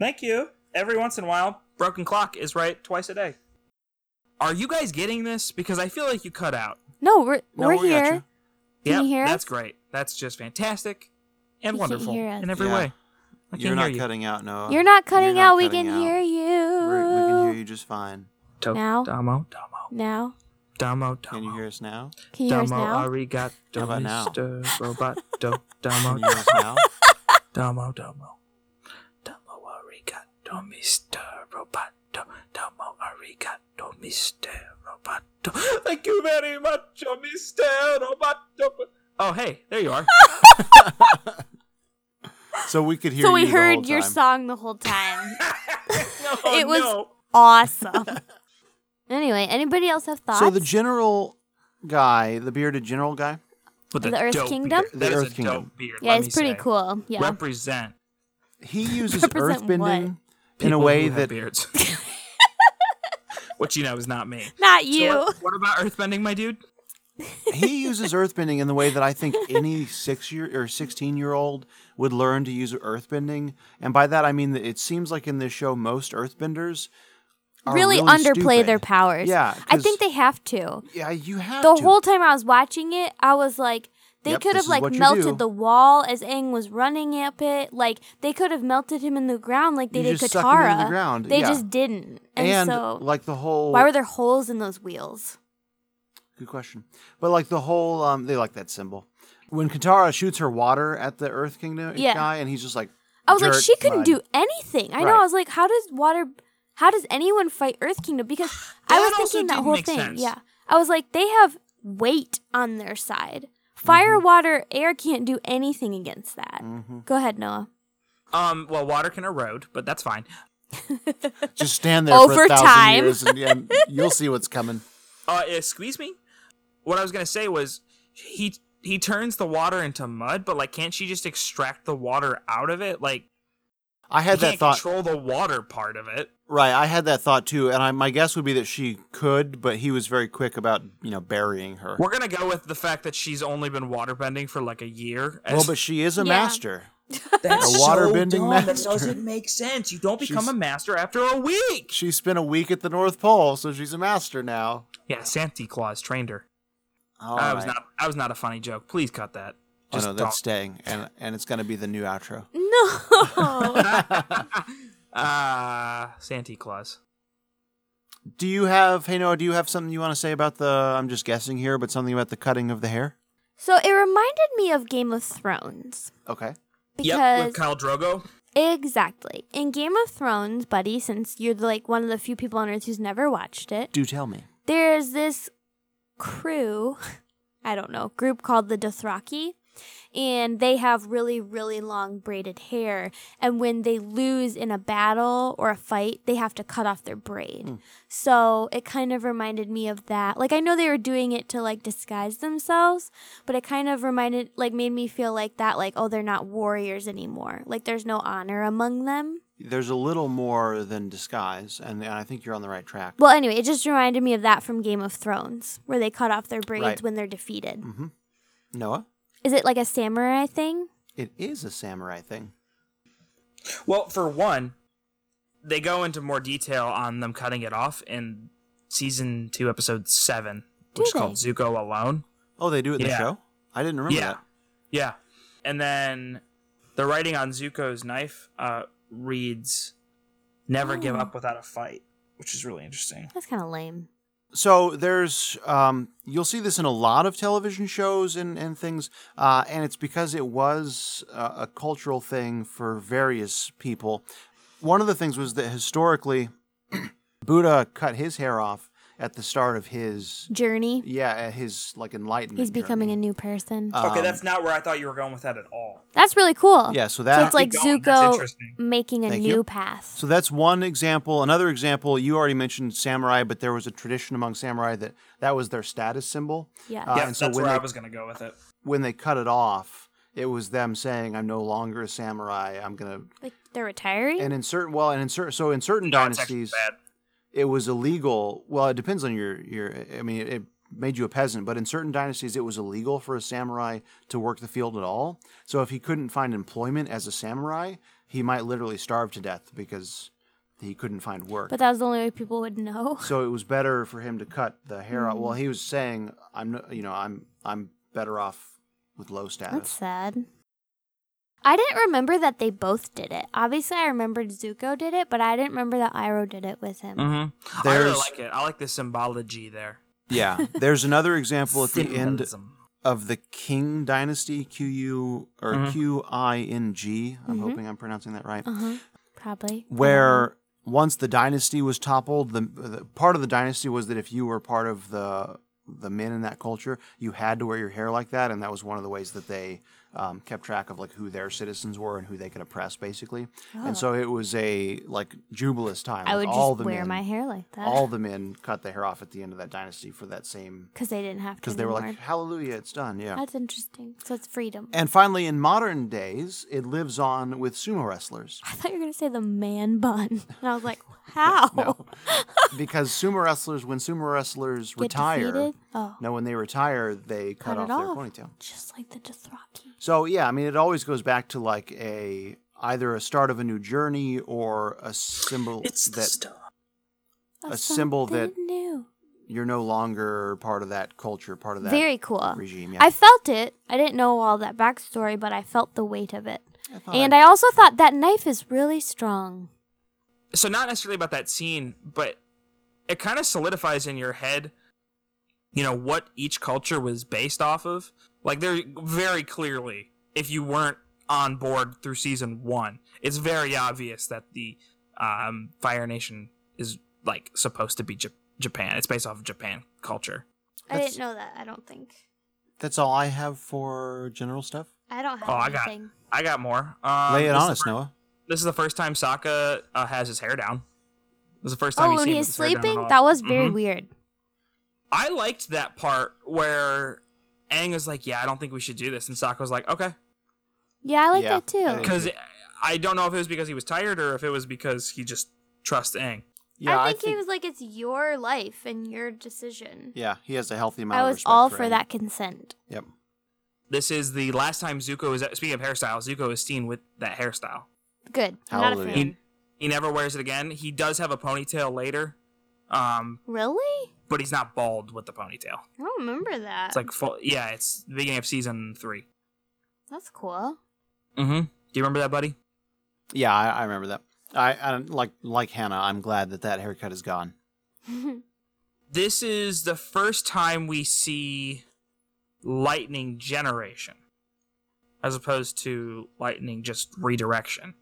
Speaker 5: Thank you. Every once in a while, broken clock is right twice a day. Are you guys getting this? Because I feel like you cut out.
Speaker 4: No, we're
Speaker 3: No, we
Speaker 4: we're
Speaker 3: got
Speaker 4: here.
Speaker 3: you.
Speaker 4: Can
Speaker 5: Yep,
Speaker 4: you hear
Speaker 5: That's
Speaker 4: us?
Speaker 5: great. That's just fantastic and
Speaker 4: You can't
Speaker 5: wonderful
Speaker 4: hear us.
Speaker 5: in every
Speaker 3: Yeah.
Speaker 5: way. I
Speaker 3: you're
Speaker 5: can't
Speaker 3: not
Speaker 5: hear you.
Speaker 3: cutting out no
Speaker 4: You're not cutting out. we can hear
Speaker 3: We're, we can hear
Speaker 4: you.
Speaker 3: you just fine
Speaker 5: To-
Speaker 4: Now?
Speaker 5: Damo, Damo,
Speaker 4: Now,
Speaker 5: Damo, Damo.
Speaker 3: can you hear us now
Speaker 4: can you hear us
Speaker 5: Damo,
Speaker 4: now?
Speaker 5: arigato,
Speaker 3: How about now?
Speaker 5: Mr. Robot, do, Damo,
Speaker 4: Oh,
Speaker 3: can you hear us now
Speaker 5: Damo, Damo. Damo, arigato, Mr. Roboto. Damo, arigato, Mr. Roboto. Thank you very much, oh, Mr. Roboto. Oh, hey, there you are.
Speaker 3: so we could hear
Speaker 4: So
Speaker 3: you
Speaker 4: we
Speaker 3: the whole
Speaker 4: heard your
Speaker 3: time.
Speaker 4: song the whole time.
Speaker 5: Oh,
Speaker 4: it was
Speaker 5: no.
Speaker 4: awesome. anyway, anybody else have thoughts?
Speaker 3: so the general guy the bearded general guy
Speaker 5: But
Speaker 4: the Earth
Speaker 5: dope
Speaker 4: Kingdom?
Speaker 5: beard-
Speaker 3: The
Speaker 5: that is
Speaker 3: Earth
Speaker 5: a
Speaker 3: Kingdom.
Speaker 5: dope beard,
Speaker 4: yeah,
Speaker 5: let
Speaker 4: it's
Speaker 5: me
Speaker 4: pretty
Speaker 5: say.
Speaker 4: cool. Yeah.
Speaker 5: Represent
Speaker 3: he uses
Speaker 4: Represent what?
Speaker 3: earthbending in a
Speaker 5: people
Speaker 3: way
Speaker 5: who have
Speaker 3: that
Speaker 5: beards. Which you know is not me.
Speaker 4: Not
Speaker 5: So
Speaker 4: you.
Speaker 5: what, what about earthbending, my dude?
Speaker 3: he uses earthbending in the way that I think any six year or sixteen year old would learn to use earthbending, and by that I mean that it seems like in this show most earthbenders are
Speaker 4: really,
Speaker 3: really,
Speaker 4: underplay their
Speaker 3: stupid.
Speaker 4: powers.
Speaker 3: Yeah,
Speaker 4: I
Speaker 3: 'cause-
Speaker 4: think they have to.
Speaker 3: Yeah, you have
Speaker 4: The
Speaker 3: to.
Speaker 4: whole time I was watching it, I was like, they
Speaker 3: Yep,
Speaker 4: could
Speaker 3: this
Speaker 4: have
Speaker 3: is
Speaker 4: like
Speaker 3: what you do.
Speaker 4: melted the wall as Aang was running up it. Like they could have melted him in the ground, like they
Speaker 3: You
Speaker 4: did
Speaker 3: just suck him
Speaker 4: Katara.
Speaker 3: into the ground,
Speaker 4: They
Speaker 3: yeah.
Speaker 4: just didn't, and,
Speaker 3: and
Speaker 4: so
Speaker 3: like the whole
Speaker 4: why were there holes in those wheels?
Speaker 3: good question, but like the whole um, they like that symbol when Katara shoots her water at the Earth Kingdom
Speaker 4: Yeah.
Speaker 3: guy, and he's just like.
Speaker 4: I was like,
Speaker 3: "Jerk,
Speaker 4: she couldn't
Speaker 3: mud."
Speaker 4: do anything. I know.
Speaker 3: Right.
Speaker 4: I was like, how does water? How does anyone fight Earth Kingdom? Because I
Speaker 5: That
Speaker 4: was
Speaker 5: also
Speaker 4: thinking that
Speaker 5: didn't
Speaker 4: whole
Speaker 5: make
Speaker 4: thing.
Speaker 5: sense.
Speaker 4: Yeah, I was like, they have weight on their side. Fire,
Speaker 3: Mm-hmm.
Speaker 4: water, air can't do anything against that. Go ahead, Noah.
Speaker 5: Um, well, water can erode, but that's fine.
Speaker 3: Just stand there for
Speaker 4: Over
Speaker 3: a thousand
Speaker 4: time.
Speaker 3: years, and yeah, you'll see what's coming.
Speaker 5: Uh, excuse me. What I was gonna say was he he turns the water into mud, but like, can't she just extract the water out of it? Like,
Speaker 3: I had
Speaker 5: you
Speaker 3: that
Speaker 5: can't
Speaker 3: thought.
Speaker 5: control the water part of it.
Speaker 3: Right, I had that thought too, and I, my guess would be that she could, but he was very quick about you know burying her.
Speaker 5: We're gonna go with the fact that she's only been waterbending for like a year.
Speaker 3: Well, but she is a
Speaker 4: Yeah.
Speaker 3: master.
Speaker 5: that's
Speaker 3: a waterbending master.
Speaker 5: That doesn't make sense. You don't become
Speaker 3: She's-
Speaker 5: a master after a week.
Speaker 3: She spent a week at the North Pole, so she's a master now.
Speaker 5: Yeah, Santa Claus trained her.
Speaker 3: All
Speaker 5: I was
Speaker 3: right.
Speaker 5: not. I was not a funny joke. Please cut that.
Speaker 3: Oh,
Speaker 5: Just
Speaker 3: no,
Speaker 5: don't.
Speaker 3: that's staying, and and it's gonna be the new outro.
Speaker 4: No. Oh.
Speaker 5: Ah, Santa Claus.
Speaker 3: Do you have, hey Noah? Do you have something you want to say about the? I'm just guessing here, but something about the cutting of the hair.
Speaker 4: so it reminded me of Game of Thrones
Speaker 3: Okay.
Speaker 5: Yep,
Speaker 4: because
Speaker 5: with Kyle Drogo.
Speaker 4: exactly in Game of Thrones, buddy. Since you're like one of the few people on Earth who's never watched it,
Speaker 3: Do tell me.
Speaker 4: there's this crew, I don't know, group called the Dothraki, and they have really really long braided hair and when they lose in a battle or a fight they have to cut off their braid so it kind of reminded me of that like i know they were doing it to like disguise themselves but it kind of reminded like made me feel like that like oh they're not warriors anymore like there's no honor among them
Speaker 3: There's a little more than disguise, and, and I think you're on the right track.
Speaker 4: well anyway it just reminded me of that from game of thrones where they cut off their braids
Speaker 3: Right.
Speaker 4: when they're defeated
Speaker 3: Noah,
Speaker 4: is it like a samurai thing
Speaker 3: it is a samurai thing.
Speaker 5: Well, for one, they go into more detail on them cutting it off in season two, episode seven,
Speaker 4: Do
Speaker 5: which is
Speaker 4: they?
Speaker 5: called Zuko Alone.
Speaker 3: Oh, they do it in the
Speaker 5: Yeah.
Speaker 3: show? I didn't remember
Speaker 5: yeah,
Speaker 3: that.
Speaker 5: yeah. And then the writing on Zuko's knife uh, reads, "Never give
Speaker 4: Oh.
Speaker 5: up without a fight," which is really interesting.
Speaker 4: that's kind of lame
Speaker 3: So there's, um, you'll see this in a lot of television shows and, and things, uh, and it's because it was uh, a cultural thing for various people. One of the things was that historically, Buddha cut his hair off at the start of his,
Speaker 4: journey
Speaker 3: yeah, at his like enlightenment.
Speaker 4: he's becoming
Speaker 3: journey. Uh,
Speaker 4: a new person
Speaker 5: okay, that's not where I thought you were going with that at all.
Speaker 4: that's really cool
Speaker 3: Yeah, so
Speaker 4: so
Speaker 3: that
Speaker 4: it's like
Speaker 5: going. That's
Speaker 4: zuko
Speaker 5: interesting.
Speaker 4: making a
Speaker 3: Thank
Speaker 4: new
Speaker 3: you.
Speaker 4: path
Speaker 3: So that's one example. Another example, you already mentioned samurai, but there was a tradition among samurai that that was their status symbol.
Speaker 4: Yeah.
Speaker 3: Uh,
Speaker 5: yeah,
Speaker 3: and so
Speaker 5: that's
Speaker 3: when
Speaker 5: where
Speaker 3: they,
Speaker 5: I was going to go with it.
Speaker 3: when they cut it off, it was them saying, "I'm no longer a samurai. I'm gonna."
Speaker 4: like they're retiring
Speaker 3: And in certain, well, and in certain, so in certain
Speaker 5: No, it's actually
Speaker 3: dynasties,
Speaker 5: bad.
Speaker 3: it was illegal. Well, it depends on your your. I mean, it made you a peasant, but in certain dynasties, it was illegal for a samurai to work the field at all. So if he couldn't find employment as a samurai, he might literally starve to death because he couldn't find work.
Speaker 4: but that was the only way people would know
Speaker 3: so it was better for him to cut the hair off. Well,
Speaker 4: Mm-hmm.
Speaker 3: he was saying, "I'm, no, you know, I'm, I'm better off with low
Speaker 4: That's
Speaker 3: status."
Speaker 4: sad. I didn't remember that they both did it. Obviously, I remembered Zuko did it, but I didn't remember that Iroh did it with him.
Speaker 5: Mm-hmm. I really
Speaker 3: There's-
Speaker 5: like it. I like the symbology there.
Speaker 3: yeah. There's another example at the end
Speaker 5: Symbolism.
Speaker 3: of the Qing Dynasty, Q U or
Speaker 5: Mhm.
Speaker 3: Q I N G. I'm
Speaker 4: Mhm.
Speaker 3: hoping I'm pronouncing that right.
Speaker 4: Uh huh. Probably. Uh-huh.
Speaker 3: Where once the dynasty was toppled, the, the part of the dynasty was that if you were part of the the men in that culture, you had to wear your hair like that, and that was one of the ways that they um, kept track of like who their citizens were and who they could oppress, basically. And so it was a like jubilous time.
Speaker 4: Ah. I
Speaker 3: Like,
Speaker 4: would
Speaker 3: all
Speaker 4: just
Speaker 3: the
Speaker 4: wear
Speaker 3: men,
Speaker 4: my hair like
Speaker 3: All
Speaker 4: that
Speaker 3: the men cut the hair off at the end of that dynasty for that same
Speaker 4: because they didn't have to.
Speaker 3: because they were like,
Speaker 4: anymore.
Speaker 3: "Hallelujah, it's done." Yeah.
Speaker 4: "That's interesting." So it's freedom.
Speaker 3: And finally, in modern days, it lives on with sumo wrestlers
Speaker 4: I thought you were gonna say the man bun, and I was like, "How?"
Speaker 3: because sumo wrestlers, when sumo wrestlers
Speaker 4: Get
Speaker 3: retire,
Speaker 4: defeated? Oh.
Speaker 3: no, when they retire, they cut,
Speaker 4: Cut it
Speaker 3: off their
Speaker 4: off.
Speaker 3: ponytail.
Speaker 4: Just like the Dothraki.
Speaker 3: So yeah, I mean, it always goes back to like a either a start of a new journey or a symbol
Speaker 5: It's the
Speaker 3: that
Speaker 5: stuff.
Speaker 4: Of
Speaker 3: A symbol that-
Speaker 4: something new.
Speaker 3: you're no longer part of that culture, part of that
Speaker 4: Very cool.
Speaker 3: regime. Yeah.
Speaker 4: I felt it. I didn't know all that backstory, but I felt the weight of it.
Speaker 3: thought
Speaker 4: and I also thought that knife is really strong.
Speaker 5: so not necessarily about that scene, but it kind of solidifies in your head, you know, what each culture was based off of. Like they're very clearly, if you weren't on board through season one, it's very obvious that the um, Fire Nation is like supposed to be J- Japan. It's based off of Japan culture.
Speaker 4: I
Speaker 3: That's-
Speaker 4: didn't know that. I don't think.
Speaker 3: That's all I have for general stuff.
Speaker 4: I don't have
Speaker 5: Oh, I got,
Speaker 4: anything.
Speaker 5: I got more. Um,
Speaker 3: Lay it
Speaker 5: this is
Speaker 3: on
Speaker 5: the
Speaker 3: us,
Speaker 5: fir-
Speaker 3: Noah.
Speaker 5: This is the first time Sokka uh, has his hair down. This is the first time.
Speaker 4: oh,
Speaker 5: you see
Speaker 4: when
Speaker 5: him
Speaker 4: he's
Speaker 5: with his hair down at
Speaker 4: sleeping,
Speaker 5: all.
Speaker 4: that was very
Speaker 5: Mhm.
Speaker 4: weird.
Speaker 5: I liked that part where Aang was like, "Yeah, I don't think we should do this," and Sokka was like, "Okay,"
Speaker 4: Yeah, I like
Speaker 3: Yeah,
Speaker 4: that too.
Speaker 3: I think-
Speaker 5: because I don't know if it was because he was tired or if it was because he just trusts Aang.
Speaker 4: I think he was like, "It's your life and your decision."
Speaker 3: Yeah, he has a healthy amount.
Speaker 4: I
Speaker 3: of
Speaker 4: was
Speaker 3: respect
Speaker 4: all
Speaker 3: for,
Speaker 4: for
Speaker 3: Aang.
Speaker 4: that consent.
Speaker 3: Yep.
Speaker 5: This is the last time Zuko is. Speaking of hairstyles, Zuko is seen with that hairstyle.
Speaker 4: Good. I'm Not
Speaker 3: Hallelujah.
Speaker 4: a
Speaker 5: He
Speaker 4: fan.
Speaker 5: he never wears it again. He does have a ponytail later, um,
Speaker 4: Really?
Speaker 5: but he's not bald with the ponytail.
Speaker 4: I don't remember that.
Speaker 5: It's like full. Yeah, it's the beginning of season three.
Speaker 4: That's cool.
Speaker 5: Mm-hmm. Do you remember that, buddy?
Speaker 3: Yeah, I, I remember that. I, I don't- like like Hannah. I'm glad that that haircut is gone.
Speaker 5: this is the first time we see lightning generation as opposed to lightning just redirection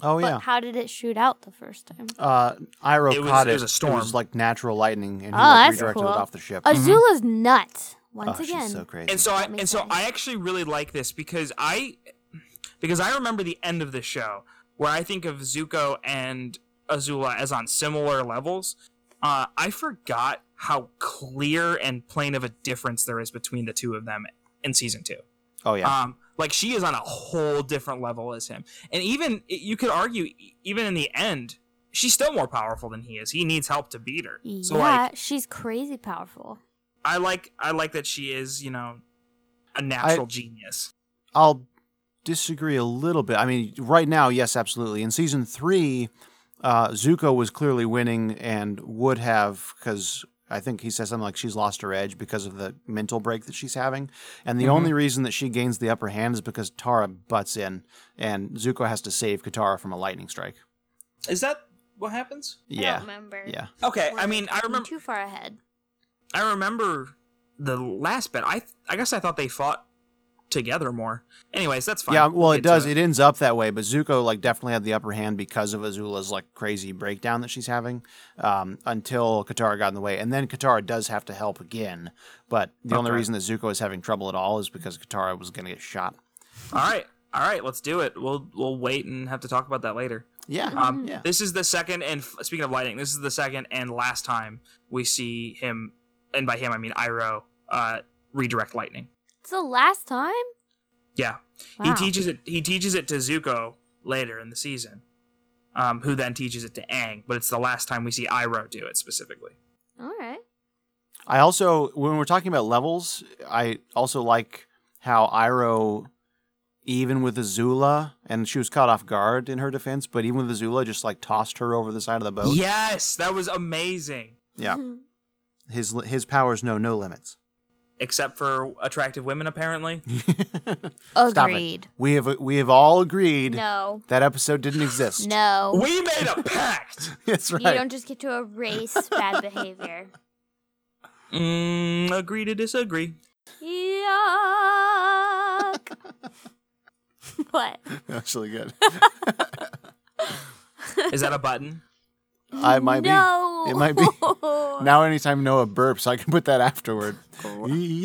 Speaker 3: Oh
Speaker 4: But
Speaker 3: yeah,
Speaker 4: how did it shoot out the first time?
Speaker 3: uh, Iroh
Speaker 5: It was-
Speaker 3: caught
Speaker 5: it was a storm.
Speaker 3: It was like natural lightning, and he
Speaker 4: Oh,
Speaker 3: like,
Speaker 4: that's
Speaker 3: redirected
Speaker 4: cool.
Speaker 3: it off the ship. Mm-hmm.
Speaker 4: Azula's nuts. once
Speaker 3: oh,
Speaker 4: again.
Speaker 3: she's so crazy.
Speaker 5: and so I and
Speaker 4: makes
Speaker 5: so
Speaker 4: sense.
Speaker 5: I actually really like this because I because I remember the end of the show where I think of Zuko and Azula as on similar levels. Uh, I forgot how clear and plain of a difference there is between the two of them in season two.
Speaker 3: oh yeah,
Speaker 5: Um, like she is on a whole different level as him, and even you could argue, e- even in the end, she's still more powerful than he is. He needs help to beat her.
Speaker 4: yeah,
Speaker 5: So like,
Speaker 4: she's crazy powerful.
Speaker 5: I like I like that she is you know a natural genius.
Speaker 3: I'll disagree a little bit. I mean, right now, yes, absolutely. In season three, uh, Zuko was clearly winning and would have because I think he says something like she's lost her edge because of the mental break that she's having, and the only reason that she gains the upper hand is because Tara butts in and Zuko has to save Katara from a lightning strike.
Speaker 5: Is that what happens?
Speaker 3: Yeah,
Speaker 4: remember.
Speaker 3: yeah.
Speaker 5: Okay,
Speaker 4: We're
Speaker 5: I mean I
Speaker 4: thinking
Speaker 5: remember
Speaker 4: too far ahead.
Speaker 5: I remember the last bit. I I guess I thought they fought together more. Anyways, that's fine.
Speaker 3: Yeah, well,
Speaker 5: We'll
Speaker 3: it
Speaker 5: get to
Speaker 3: does. It ends up that way, but Zuko like definitely had the upper hand because of Azula's like crazy breakdown that she's having. Um, until Katara got in the way, and then Katara does have to help again. But the only
Speaker 5: Okay.
Speaker 3: reason that Zuko is having trouble at all is because Katara was going to get shot.
Speaker 5: All right, all right, let's do it. We'll we'll wait and have to talk about that later.
Speaker 3: Yeah,
Speaker 5: Um,
Speaker 3: Mm-hmm. Hmm. yeah.
Speaker 5: This is the second, and f- speaking of lighting, this is the second and last time we see him, and by him I mean Iroh, uh, redirect lightning.
Speaker 4: It's the last time.
Speaker 5: Yeah,
Speaker 4: Wow.
Speaker 5: he teaches it. He teaches it to Zuko later in the season, um, who then teaches it to Aang. But it's the last time we see Iroh do it specifically.
Speaker 4: All right.
Speaker 3: I also, when we're talking about levels, I also like how Iroh, even with Azula, and she was caught off guard in her defense, but even with Azula, just like tossed her over the side of the boat.
Speaker 5: Yes, that was amazing.
Speaker 3: yeah. His his powers know no limits.
Speaker 5: Except for attractive women, apparently.
Speaker 3: Stop it.
Speaker 4: Agreed.
Speaker 3: We have we have all agreed
Speaker 4: No.
Speaker 3: that episode didn't exist.
Speaker 4: No.
Speaker 5: we made a pact.
Speaker 3: That's
Speaker 4: You
Speaker 3: right.
Speaker 4: don't just get to erase bad behavior.
Speaker 5: Mm, agree to disagree.
Speaker 4: Yuck. what?
Speaker 3: That's really good.
Speaker 5: Is that a button?
Speaker 3: I might
Speaker 4: no.
Speaker 3: be. It might be. Now anytime Noah burps, I can put that afterward. Yuck.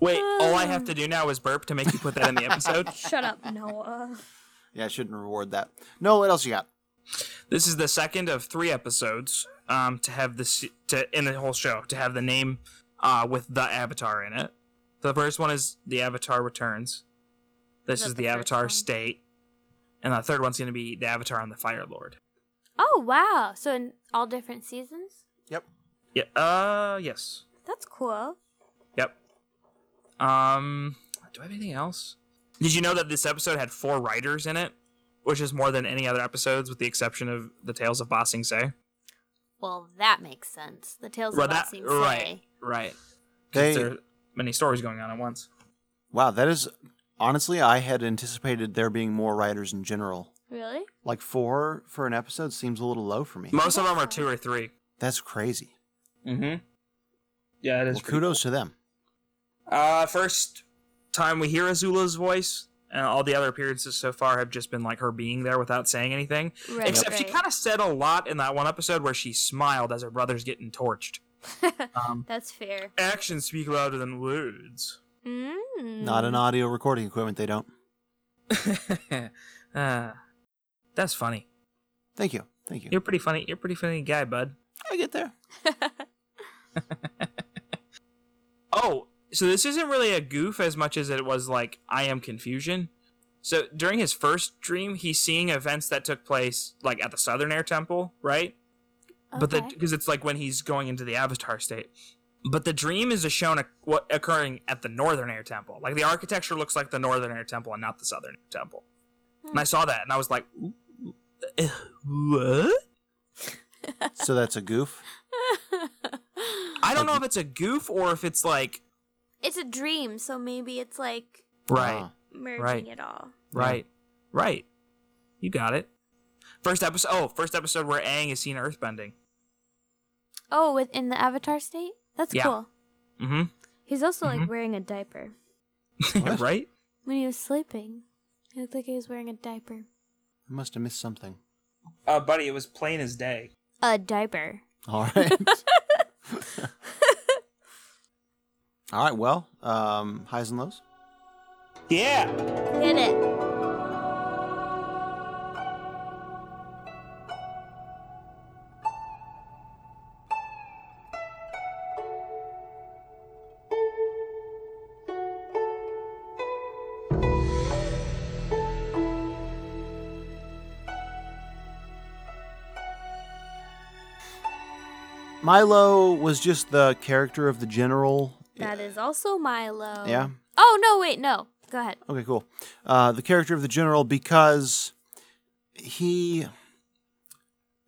Speaker 5: Wait, all I have to do now is burp to make you put that in the episode.
Speaker 4: Shut up, Noah.
Speaker 3: yeah, I shouldn't reward that. No, what else you got?
Speaker 5: This is the second of three episodes um, to have this to in the whole show to have the name uh, with the Avatar in it. The first one is the Avatar Returns. This
Speaker 4: Is
Speaker 5: is
Speaker 4: that the
Speaker 5: the
Speaker 4: first
Speaker 5: Avatar
Speaker 4: one?
Speaker 5: State, and the third one's going to be the Avatar on the Fire Lord.
Speaker 4: Oh wow! So in all different seasons.
Speaker 3: Yep.
Speaker 5: Yeah. Uh. Yes.
Speaker 4: That's cool.
Speaker 5: Yep. Um. Do I have anything else? Did you know that this episode had four writers in it, which is more than any other episodes, with the exception of the Tales of Ba Sing Se?
Speaker 4: Well, that makes sense. The tales
Speaker 5: Right,
Speaker 4: of
Speaker 5: that-
Speaker 4: Ba Sing Se.
Speaker 5: right, right. 'Cause
Speaker 3: They-
Speaker 5: there are many stories going on at once.
Speaker 3: Wow, that is honestly I had anticipated there being more writers in general.
Speaker 4: Really?
Speaker 3: Like four for an episode seems a little low for me.
Speaker 5: Most of them are two or 3
Speaker 3: That's crazy.
Speaker 5: Mm-hmm. Yeah, it is.
Speaker 3: Well, kudos to them.
Speaker 5: Uh, first time we hear Azula's voice, and all the other appearances so far have just been like her being there without saying anything.
Speaker 4: Right.
Speaker 5: Except she
Speaker 4: right.
Speaker 5: kind of said a lot in that one episode where she smiled as her brother's getting torched. um,
Speaker 4: That's fair.
Speaker 5: actions speak louder than words.
Speaker 4: Mm.
Speaker 3: Not an audio recording equipment, they don't.
Speaker 5: uh, that's funny.
Speaker 3: Thank you. Thank you.
Speaker 5: You're pretty funny. You're a pretty funny guy, bud.
Speaker 3: I get there.
Speaker 5: Oh, so this isn't really a goof as much as it was like I am confusion. So during his first dream, he's seeing events that took place like at the Southern Air Temple, right? But the
Speaker 4: Okay.
Speaker 5: because it's like when he's going into the Avatar state. But the dream is shown oc- what occurring at the Northern Air Temple. Like the architecture looks like the Northern Air Temple and not the Southern Air Temple. And I saw that and I was like, "Uh, what?
Speaker 3: So that's a goof.
Speaker 5: I don't know if it's a goof or if it's like
Speaker 4: it's a dream, so maybe it's like
Speaker 5: right.
Speaker 3: Ah.
Speaker 4: merging
Speaker 5: Right.
Speaker 4: it all.
Speaker 5: Right. Right. You got it. First episode. Oh, first episode where Aang is seen earthbending.
Speaker 4: Oh, within the Avatar state. That's
Speaker 5: Yeah.
Speaker 4: cool.
Speaker 5: Mm-hmm.
Speaker 4: He's also like wearing a diaper
Speaker 3: What?
Speaker 5: right.
Speaker 4: when he was sleeping. He looked like he was wearing a diaper.
Speaker 3: I must have missed something.
Speaker 5: Uh, buddy, it was plain as day.
Speaker 4: A diaper.
Speaker 3: All right. All right. Well, um, highs and lows.
Speaker 5: Yeah.
Speaker 4: Hit it.
Speaker 3: Milo was just the character of the general.
Speaker 4: That is also Milo.
Speaker 3: Yeah.
Speaker 4: Oh no! Wait, no. Go ahead.
Speaker 3: Okay, cool. Uh, the character of the general because he,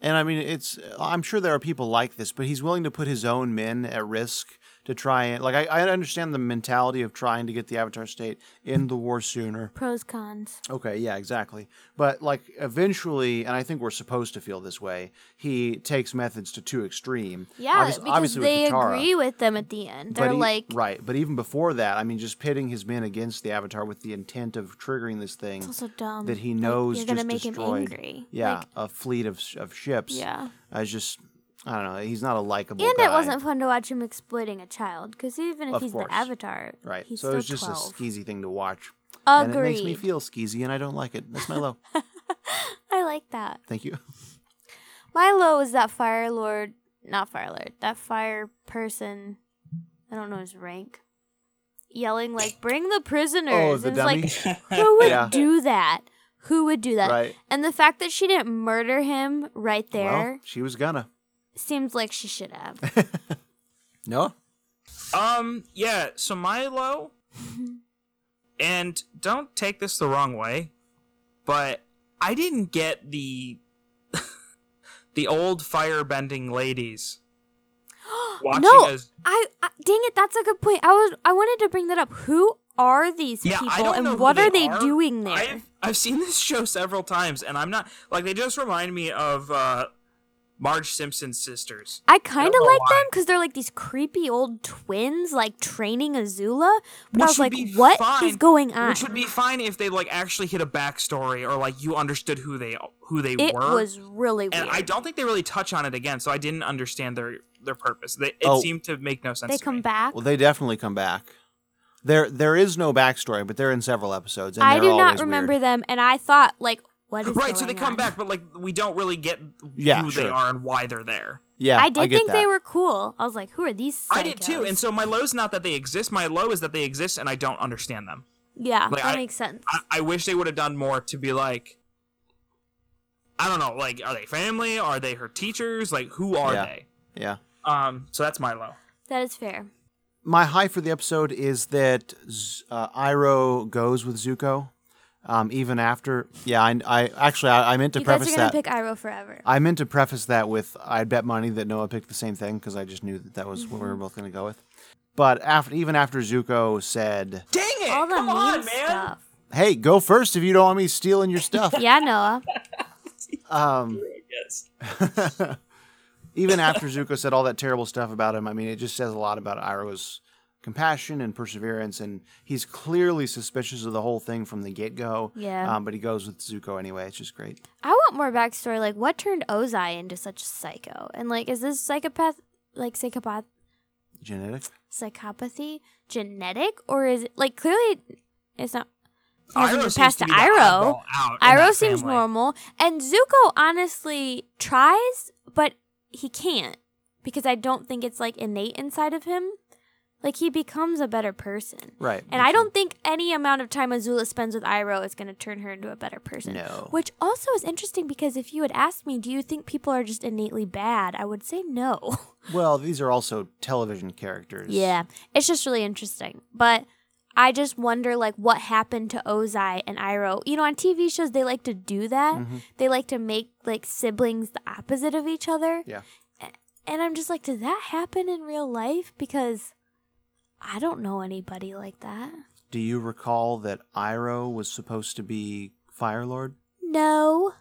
Speaker 3: and I mean, it's. I'm sure there are people like this, but he's willing to put his own men at risk to try and like. I, I understand the mentality of trying to get the Avatar state in the war sooner.
Speaker 4: Pros cons.
Speaker 3: Okay, yeah, exactly. But like eventually, and I think we're supposed to feel this way. He takes methods to too extreme.
Speaker 4: Yeah,
Speaker 3: Obvious-
Speaker 4: because
Speaker 3: with
Speaker 4: they
Speaker 3: Katara.
Speaker 4: agree with them at the end.
Speaker 3: But
Speaker 4: They're
Speaker 3: e-
Speaker 4: like,
Speaker 3: right, but even before that, I mean, just pitting his men against the Avatar with the intent of triggering this thing
Speaker 4: it's also dumb
Speaker 3: that he
Speaker 4: Like,
Speaker 3: knows
Speaker 4: you're
Speaker 3: just
Speaker 4: gonna make
Speaker 3: destroyed.
Speaker 4: him angry.
Speaker 3: Yeah,
Speaker 4: Like,
Speaker 3: a fleet of sh- of ships.
Speaker 4: yeah.
Speaker 3: I was just, I don't know. He's not a likable.
Speaker 4: And
Speaker 3: guy.
Speaker 4: it wasn't fun to watch him exploiting a child because even if
Speaker 3: Of
Speaker 4: he's
Speaker 3: course.
Speaker 4: the Avatar,
Speaker 3: right.
Speaker 4: he's
Speaker 3: so
Speaker 4: still
Speaker 3: it was just
Speaker 4: 12.
Speaker 3: a skeezy thing to watch, and it makes me
Speaker 4: Agreed.
Speaker 3: feel skeezy, and I don't like it. That's my low.
Speaker 4: I like that.
Speaker 3: Thank you.
Speaker 4: Milo is that fire lord, not fire lord, that fire person. I don't know his rank. Yelling like, "Bring the prisoners!"
Speaker 3: Oh, the
Speaker 4: and
Speaker 3: dummy.
Speaker 4: it's like, who would
Speaker 3: Yeah.
Speaker 4: do that? Who would do that?
Speaker 3: Right.
Speaker 4: And the fact that she didn't murder him right there
Speaker 3: Well, she was gonna.
Speaker 4: seems like she should have.
Speaker 3: No.
Speaker 5: Um. Yeah. So Milo, and don't take this the wrong way, but I didn't get the the old firebending ladies watching
Speaker 4: no,
Speaker 5: us.
Speaker 4: I, I dang it, that's a good point. I was I wanted to bring that up. Who are these
Speaker 5: Yeah,
Speaker 4: people
Speaker 5: I don't
Speaker 4: and
Speaker 5: know who
Speaker 4: what
Speaker 5: they
Speaker 4: are they doing there?
Speaker 5: I've, I've seen this show several times, and I'm not like they just remind me of uh, Marge Simpson's sisters.
Speaker 4: I kind
Speaker 5: don't
Speaker 4: of
Speaker 5: know
Speaker 4: like
Speaker 5: why.
Speaker 4: them because they're like these creepy old twins, like training Azula. But I
Speaker 5: Which
Speaker 4: was
Speaker 5: would
Speaker 4: like,
Speaker 5: be
Speaker 4: what is
Speaker 5: fine-
Speaker 4: going on?
Speaker 5: Which would be fine if they like actually hit a backstory or like you understood who they who they
Speaker 4: it
Speaker 5: were.
Speaker 4: was really
Speaker 5: and
Speaker 4: weird.
Speaker 5: I don't think they really touch on it again, so I didn't understand their their purpose. They, it
Speaker 3: Oh.
Speaker 5: seemed to make no sense.
Speaker 4: they
Speaker 5: to
Speaker 4: come
Speaker 5: me.
Speaker 4: back.
Speaker 3: Well, they definitely come back. There, there is no backstory, but they're in several episodes. And
Speaker 4: I
Speaker 3: they're
Speaker 4: do not
Speaker 3: always
Speaker 4: remember
Speaker 3: weird.
Speaker 4: them, and I thought like, what is
Speaker 5: Right, so they
Speaker 4: going
Speaker 5: come
Speaker 4: on?
Speaker 5: back, but like we don't really get
Speaker 3: Yeah,
Speaker 5: who they
Speaker 3: sure.
Speaker 5: are and why they're there.
Speaker 3: Yeah,
Speaker 4: I did
Speaker 3: get
Speaker 4: think they
Speaker 3: that.
Speaker 4: were cool. I was like, who are these? Psychos?
Speaker 5: I did too, and so my low's not that they exist. My low is that they exist, and I don't understand them.
Speaker 4: yeah,
Speaker 5: like,
Speaker 4: Ah, that
Speaker 5: I-
Speaker 4: makes sense.
Speaker 5: I, I wish they would have done more to be like, I don't know, like are they family? Are they her teachers? Like who are
Speaker 3: Yeah.
Speaker 5: they?
Speaker 3: Yeah.
Speaker 5: Um, so that's my low.
Speaker 4: that is fair.
Speaker 3: my high for the episode is that Z- uh, Iroh goes with Zuko, um, even after. Yeah, I, I actually I, I meant to
Speaker 4: you guys are
Speaker 3: preface that.
Speaker 4: gonna pick Iroh forever.
Speaker 3: I meant to preface that with I bet money that Noah picked the same thing because I just knew that that was what
Speaker 4: Mm-hmm.
Speaker 3: we were both going to go with. But after even after Zuko said,
Speaker 5: Dang it!
Speaker 4: All the
Speaker 5: come
Speaker 4: mean
Speaker 5: on, man.
Speaker 4: stuff.
Speaker 3: "Hey, go first if you don't want me stealing your stuff,"
Speaker 4: yeah, Noah.
Speaker 3: um,
Speaker 5: Yes.
Speaker 3: even after Zuko said all that terrible stuff about him, I mean, it just says a lot about Iroh's compassion and perseverance, and he's clearly suspicious of the whole thing from the get go.
Speaker 4: Yeah.
Speaker 3: Um, but he goes with Zuko anyway. It's just great.
Speaker 4: I want more backstory. Like, what turned Ozai into such a psycho? And like, is this psychopath, like psychopath,
Speaker 3: Genetic.
Speaker 4: psychopathy genetic, or is it like clearly it's not? It
Speaker 5: Iroh
Speaker 4: hasn't been
Speaker 5: seems
Speaker 4: Oh, passed
Speaker 5: to
Speaker 4: to
Speaker 5: be the
Speaker 4: Iroh.
Speaker 5: oddball out in
Speaker 4: Iroh
Speaker 5: that
Speaker 4: seems
Speaker 5: family.
Speaker 4: normal, and Zuko honestly tries, but he can't because I don't think it's like innate inside of him. Like he becomes a better person.
Speaker 3: Right.
Speaker 4: And I don't think any amount of time Azula spends with Iroh is going to turn her into a better person.
Speaker 3: No.
Speaker 4: Which also is interesting because if you had asked me, do you think people are just innately bad? I would say no.
Speaker 3: Well, these are also television characters.
Speaker 4: yeah. It's just really interesting. But I just wonder like what happened to Ozai and Iroh. You know, on TV shows they like to do that. They like to make like siblings the opposite of each other.
Speaker 3: Yeah.
Speaker 4: And I'm just like, did that happen in real life? Because I don't know anybody like that.
Speaker 3: Do you recall that Iroh was supposed to be Fire Lord
Speaker 4: No.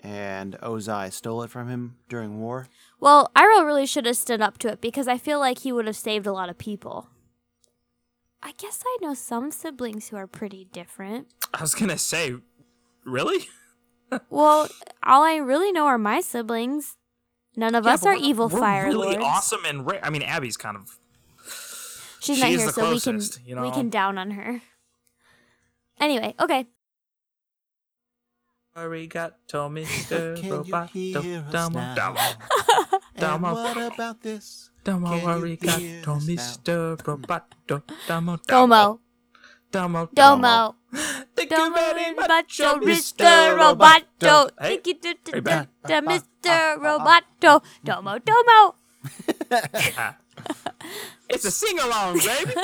Speaker 3: and Ozai stole it from him during war?
Speaker 4: Well, Iroh really should have stood up to it because I feel like he would have saved a lot of people. I guess I know some siblings who are pretty different.
Speaker 5: I was gonna say, really?
Speaker 4: Well, all I really know are my siblings. None of us
Speaker 5: Yeah,
Speaker 4: are
Speaker 5: but we're-
Speaker 4: evil
Speaker 5: we're
Speaker 4: fire
Speaker 5: really
Speaker 4: lords.
Speaker 5: awesome and ra- I mean, Abby's kind of
Speaker 4: She's
Speaker 5: She
Speaker 4: not
Speaker 5: is
Speaker 4: here,
Speaker 5: the
Speaker 4: so
Speaker 5: closest,
Speaker 4: we can
Speaker 5: you
Speaker 4: we
Speaker 5: know?
Speaker 4: can down on her. Anyway, okay.
Speaker 5: Arigato, Mr.
Speaker 3: Can you
Speaker 5: Robot.
Speaker 3: hear us now? And
Speaker 5: Damo.
Speaker 3: what about this?
Speaker 5: Domo
Speaker 3: Can you hear
Speaker 5: arigato,
Speaker 3: us now?
Speaker 5: Mr. Roboto. Domo,
Speaker 4: Domo.
Speaker 5: Domo,
Speaker 4: Domo.
Speaker 5: Thank you
Speaker 4: Domo.
Speaker 5: very much,
Speaker 4: Roboto,
Speaker 5: Mr.
Speaker 4: Mr.
Speaker 5: Robot.
Speaker 4: Roboto.
Speaker 5: Hey,
Speaker 4: Thank you, d- d- d-
Speaker 5: right back. Ah,
Speaker 4: d- Mr. Roboto. Domo, domo.
Speaker 5: It's a sing along, baby.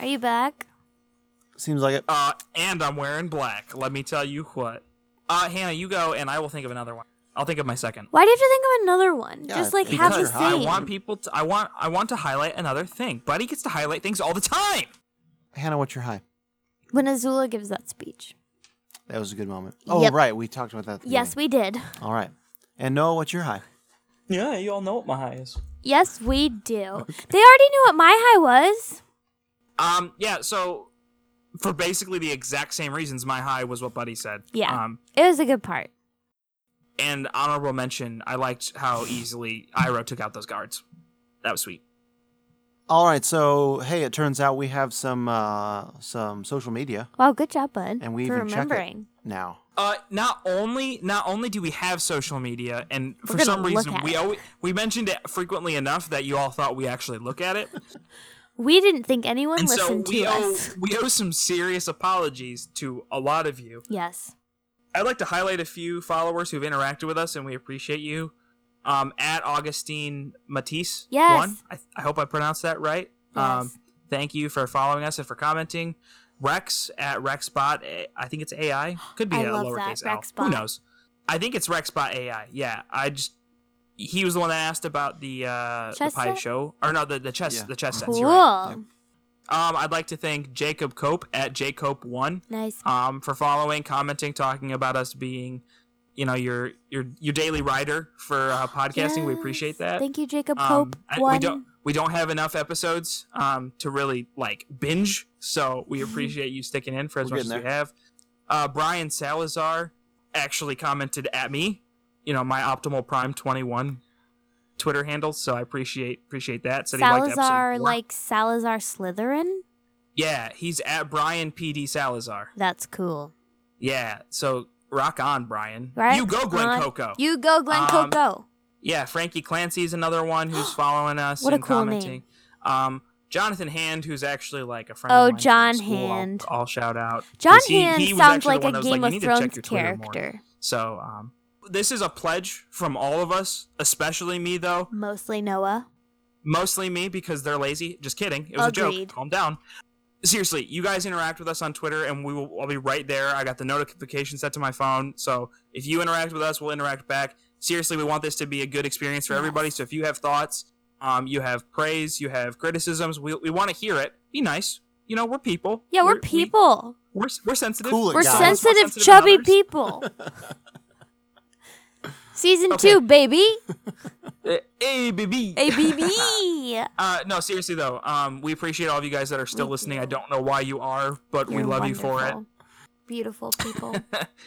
Speaker 4: Are you back?
Speaker 3: Seems like it.
Speaker 5: uh, and I'm wearing black. Let me tell you what. Uh, Hannah, you go, and I will think of another one. I'll think of my second.
Speaker 4: Why do you have to think of another one?
Speaker 3: Yeah,
Speaker 4: Just like have
Speaker 5: Because
Speaker 4: the
Speaker 5: I
Speaker 4: same.
Speaker 5: want people to. I want. I want to highlight another thing. Buddy gets to highlight things all the time.
Speaker 3: Hannah, what's your high?
Speaker 4: When Azula gives that speech.
Speaker 3: That was a good moment. Oh,
Speaker 4: Yep.
Speaker 3: right. We talked about that. at the
Speaker 4: Yes,
Speaker 3: beginning.
Speaker 4: we did.
Speaker 3: All right. And Noah, what's your high?
Speaker 5: Yeah, you all know what my high is.
Speaker 4: Yes, we do. They already knew what my high was.
Speaker 5: Um, yeah. So, for basically the exact same reasons, my high was what Buddy said.
Speaker 4: Yeah.
Speaker 5: Um,
Speaker 4: it was a good part.
Speaker 5: and honorable mention, I liked how easily Iro took out those guards. That was sweet.
Speaker 3: All right. So, hey, it turns out we have some uh, some social media
Speaker 4: Wow, good job, bud.
Speaker 3: And we
Speaker 4: for
Speaker 3: even check it.
Speaker 4: remembering.
Speaker 3: now.
Speaker 5: Uh, not only not only do we have social media, and for
Speaker 4: gonna
Speaker 5: some
Speaker 4: look
Speaker 5: reason
Speaker 4: at
Speaker 5: we
Speaker 4: it.
Speaker 5: always, we mentioned it frequently enough that you all thought we actually look at it,
Speaker 4: We didn't think anyone
Speaker 5: and so
Speaker 4: listened
Speaker 5: we
Speaker 4: to
Speaker 5: owe
Speaker 4: us.
Speaker 5: we owe some serious apologies to a lot of you.
Speaker 4: Yes.
Speaker 5: I'd like to highlight a few followers who've interacted with us, and we appreciate you. Um, at Augustine Matisse.
Speaker 4: Yes.
Speaker 5: One. I, I hope I pronounced that right. Um,
Speaker 4: Yes.
Speaker 5: thank you for following us and for commenting. Rex at Rexbot. eh, I think it's AI. Could be
Speaker 4: I
Speaker 5: a
Speaker 4: love
Speaker 5: lowercase
Speaker 4: that,
Speaker 5: L. Who
Speaker 4: Rexbot.
Speaker 5: knows? I think it's Rexbot AI. Yeah. I just. He was the one that asked about the uh, the
Speaker 4: Chess
Speaker 5: pie
Speaker 4: set?
Speaker 5: show, or no, the the chess
Speaker 3: Yeah.
Speaker 5: the chess sets.
Speaker 4: Cool.
Speaker 5: you're Right. Um, I'd like to thank Jacob Cope at Jacob One
Speaker 4: Nice.
Speaker 5: um, for following, commenting, talking about us being, you know, your your your daily rider for uh, podcasting. We
Speaker 4: Yes.
Speaker 5: appreciate that.
Speaker 4: Thank you, Jacob
Speaker 5: Um,
Speaker 4: Cope.
Speaker 5: I-
Speaker 4: One.
Speaker 5: we don't we don't have enough episodes um, to really like binge, so we appreciate you sticking in for as
Speaker 3: We're
Speaker 5: much as
Speaker 3: getting
Speaker 5: we have. Uh, Brian Salazar actually commented at me, you know, my optimal prime twenty one Twitter handle. So I appreciate appreciate that. Said he liked episode
Speaker 4: Salazar,
Speaker 5: four.
Speaker 4: like Salazar Slytherin.
Speaker 5: yeah, he's at Brian PD Salazar.
Speaker 4: That's cool.
Speaker 5: Yeah, so rock on, Brian.
Speaker 4: Right?
Speaker 5: You go, Glen
Speaker 4: On-
Speaker 5: Coco.
Speaker 4: You go, Glen
Speaker 5: Um,
Speaker 4: Coco.
Speaker 5: yeah, Frankie Clancy is another one who's following us
Speaker 4: What a
Speaker 5: and
Speaker 4: cool name.
Speaker 5: commenting. Um, Jonathan Hand, who's actually like a friend.
Speaker 4: Oh,
Speaker 5: of mine from
Speaker 4: John
Speaker 5: school, I'll-
Speaker 4: Hand.
Speaker 5: I'll, shout out. 'Cause
Speaker 4: John
Speaker 5: he-
Speaker 4: Hand
Speaker 5: he was
Speaker 4: sounds
Speaker 5: actually
Speaker 4: like
Speaker 5: the one
Speaker 4: a
Speaker 5: that was
Speaker 4: Game
Speaker 5: like,
Speaker 4: of
Speaker 5: "You need to
Speaker 4: Thrones
Speaker 5: check your Twitter more."
Speaker 4: character.
Speaker 5: So um, this is a pledge from all of us, especially me though.
Speaker 4: Mostly Noah.
Speaker 5: Mostly me because they're lazy. Just kidding. It was a
Speaker 4: Agreed.
Speaker 5: joke. Calm down. Seriously, you guys interact with us on Twitter, and we will. I'll be right there. I got the notification set to my phone, so if you interact with us, we'll interact back. Seriously, we want this to be a good experience for everybody. So if you have thoughts, um, you have praise, you have criticisms, we, we want to hear it. Be nice. You know, we're people.
Speaker 4: Yeah, we're,
Speaker 5: we-
Speaker 4: people.
Speaker 5: we're, s- we're sensitive.
Speaker 3: Cool it,
Speaker 4: We're
Speaker 3: guys.
Speaker 5: Some of us more
Speaker 4: sensitive,
Speaker 5: sensitive than
Speaker 4: chubby
Speaker 5: others.
Speaker 4: people. Season
Speaker 5: Okay.
Speaker 4: two, baby.
Speaker 5: Eh, Hey, baby.
Speaker 4: ABB.
Speaker 5: Uh, no, seriously though, um, we appreciate all of you guys that are still listening. I don't know why you are, but we
Speaker 4: You're
Speaker 5: love you for it.
Speaker 4: wonderful. Beautiful people.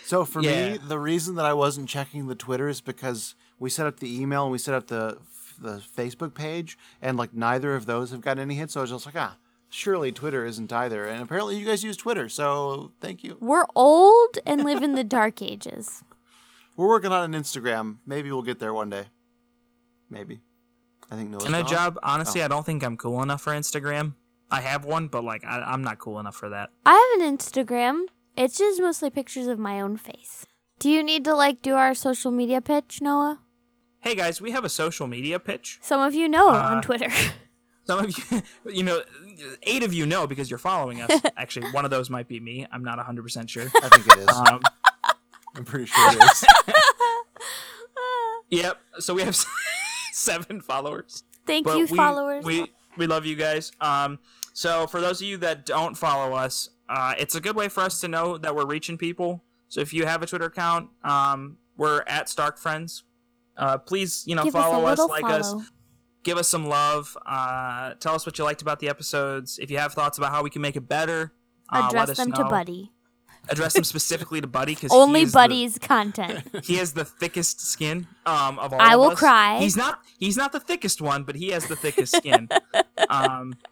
Speaker 3: So for
Speaker 5: Yeah.
Speaker 3: me, the reason that I wasn't checking the Twitter is because we set up the email and we set up the the Facebook page, and like neither of those have got any hits. So I was just like, ah, surely Twitter isn't either. And apparently, you guys use Twitter, so thank you.
Speaker 4: We're old and live in the dark ages.
Speaker 3: We're working on an Instagram. Maybe we'll get there one day. Maybe. I think Noah's
Speaker 5: In a
Speaker 3: gone.
Speaker 5: job, honestly, I don't think I'm cool enough for Instagram. I have one, but like I, I'm not cool enough for that.
Speaker 4: I have an Instagram. It's just mostly pictures of my own face. Do you need to like do our social media pitch, Noah?
Speaker 5: Hey guys, we have a social media pitch.
Speaker 4: Some of you know
Speaker 5: Uh,
Speaker 4: on Twitter.
Speaker 5: Some of you, you know, eight of you know because you're following us. Actually, one of those might be me. I'm not 100 percent sure.
Speaker 3: I think it is.
Speaker 5: Um,
Speaker 3: I'm pretty sure it is.
Speaker 5: yep. So we have seven followers.
Speaker 4: Thank
Speaker 5: But
Speaker 4: you,
Speaker 5: we-
Speaker 4: followers.
Speaker 5: We uh, we love you guys. Um, so for those of you that don't follow us, uh, it's a good way for us to know that we're reaching people. So if you have a Twitter account, um, we're at Stark Friends. Uh, please, you know,
Speaker 4: Give us a
Speaker 5: follow us,
Speaker 4: little
Speaker 5: like us,
Speaker 4: follow.
Speaker 5: give us some love. Uh, tell us what you liked about the episodes. If you have thoughts about how we can make it better, uh, let
Speaker 4: Address
Speaker 5: us
Speaker 4: them to
Speaker 5: know.
Speaker 4: Buddy.
Speaker 5: Address them specifically to Buddy because
Speaker 4: Only Buddy's content.
Speaker 5: he has the thickest skin um, of all.
Speaker 4: I
Speaker 5: of
Speaker 4: will
Speaker 5: us.
Speaker 4: cry.
Speaker 5: He's not. He's not the thickest one, but he has the thickest skin. um,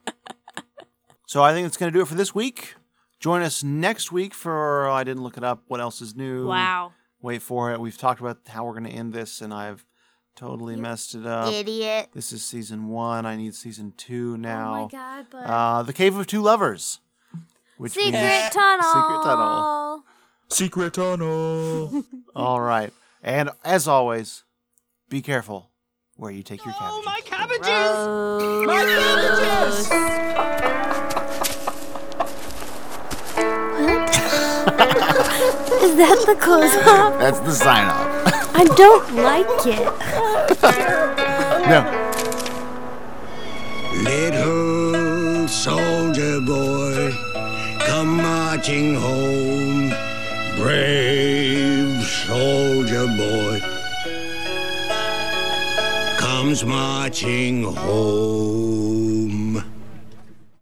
Speaker 3: So I think that's going to do it for this week. Join us next week for I didn't look it up. What else is new?
Speaker 4: Wow.
Speaker 3: Wait for it. We've talked about how we're going to end this, and I've totally messed it up.
Speaker 4: Idiot.
Speaker 3: This is season one. I need season two now.
Speaker 4: Oh my god, but
Speaker 3: Uh, the Cave of Two Lovers. Which
Speaker 4: Secret
Speaker 3: means-
Speaker 4: Tunnel.
Speaker 3: Secret Tunnel.
Speaker 6: Secret tunnel.
Speaker 3: All right. And as always, be careful where you take your cabbages.
Speaker 4: Is that the close up?
Speaker 2: That's the sign off.
Speaker 4: I don't like it.
Speaker 2: No.
Speaker 7: Little soldier boy, come marching home. Brave soldier boy, comes marching home.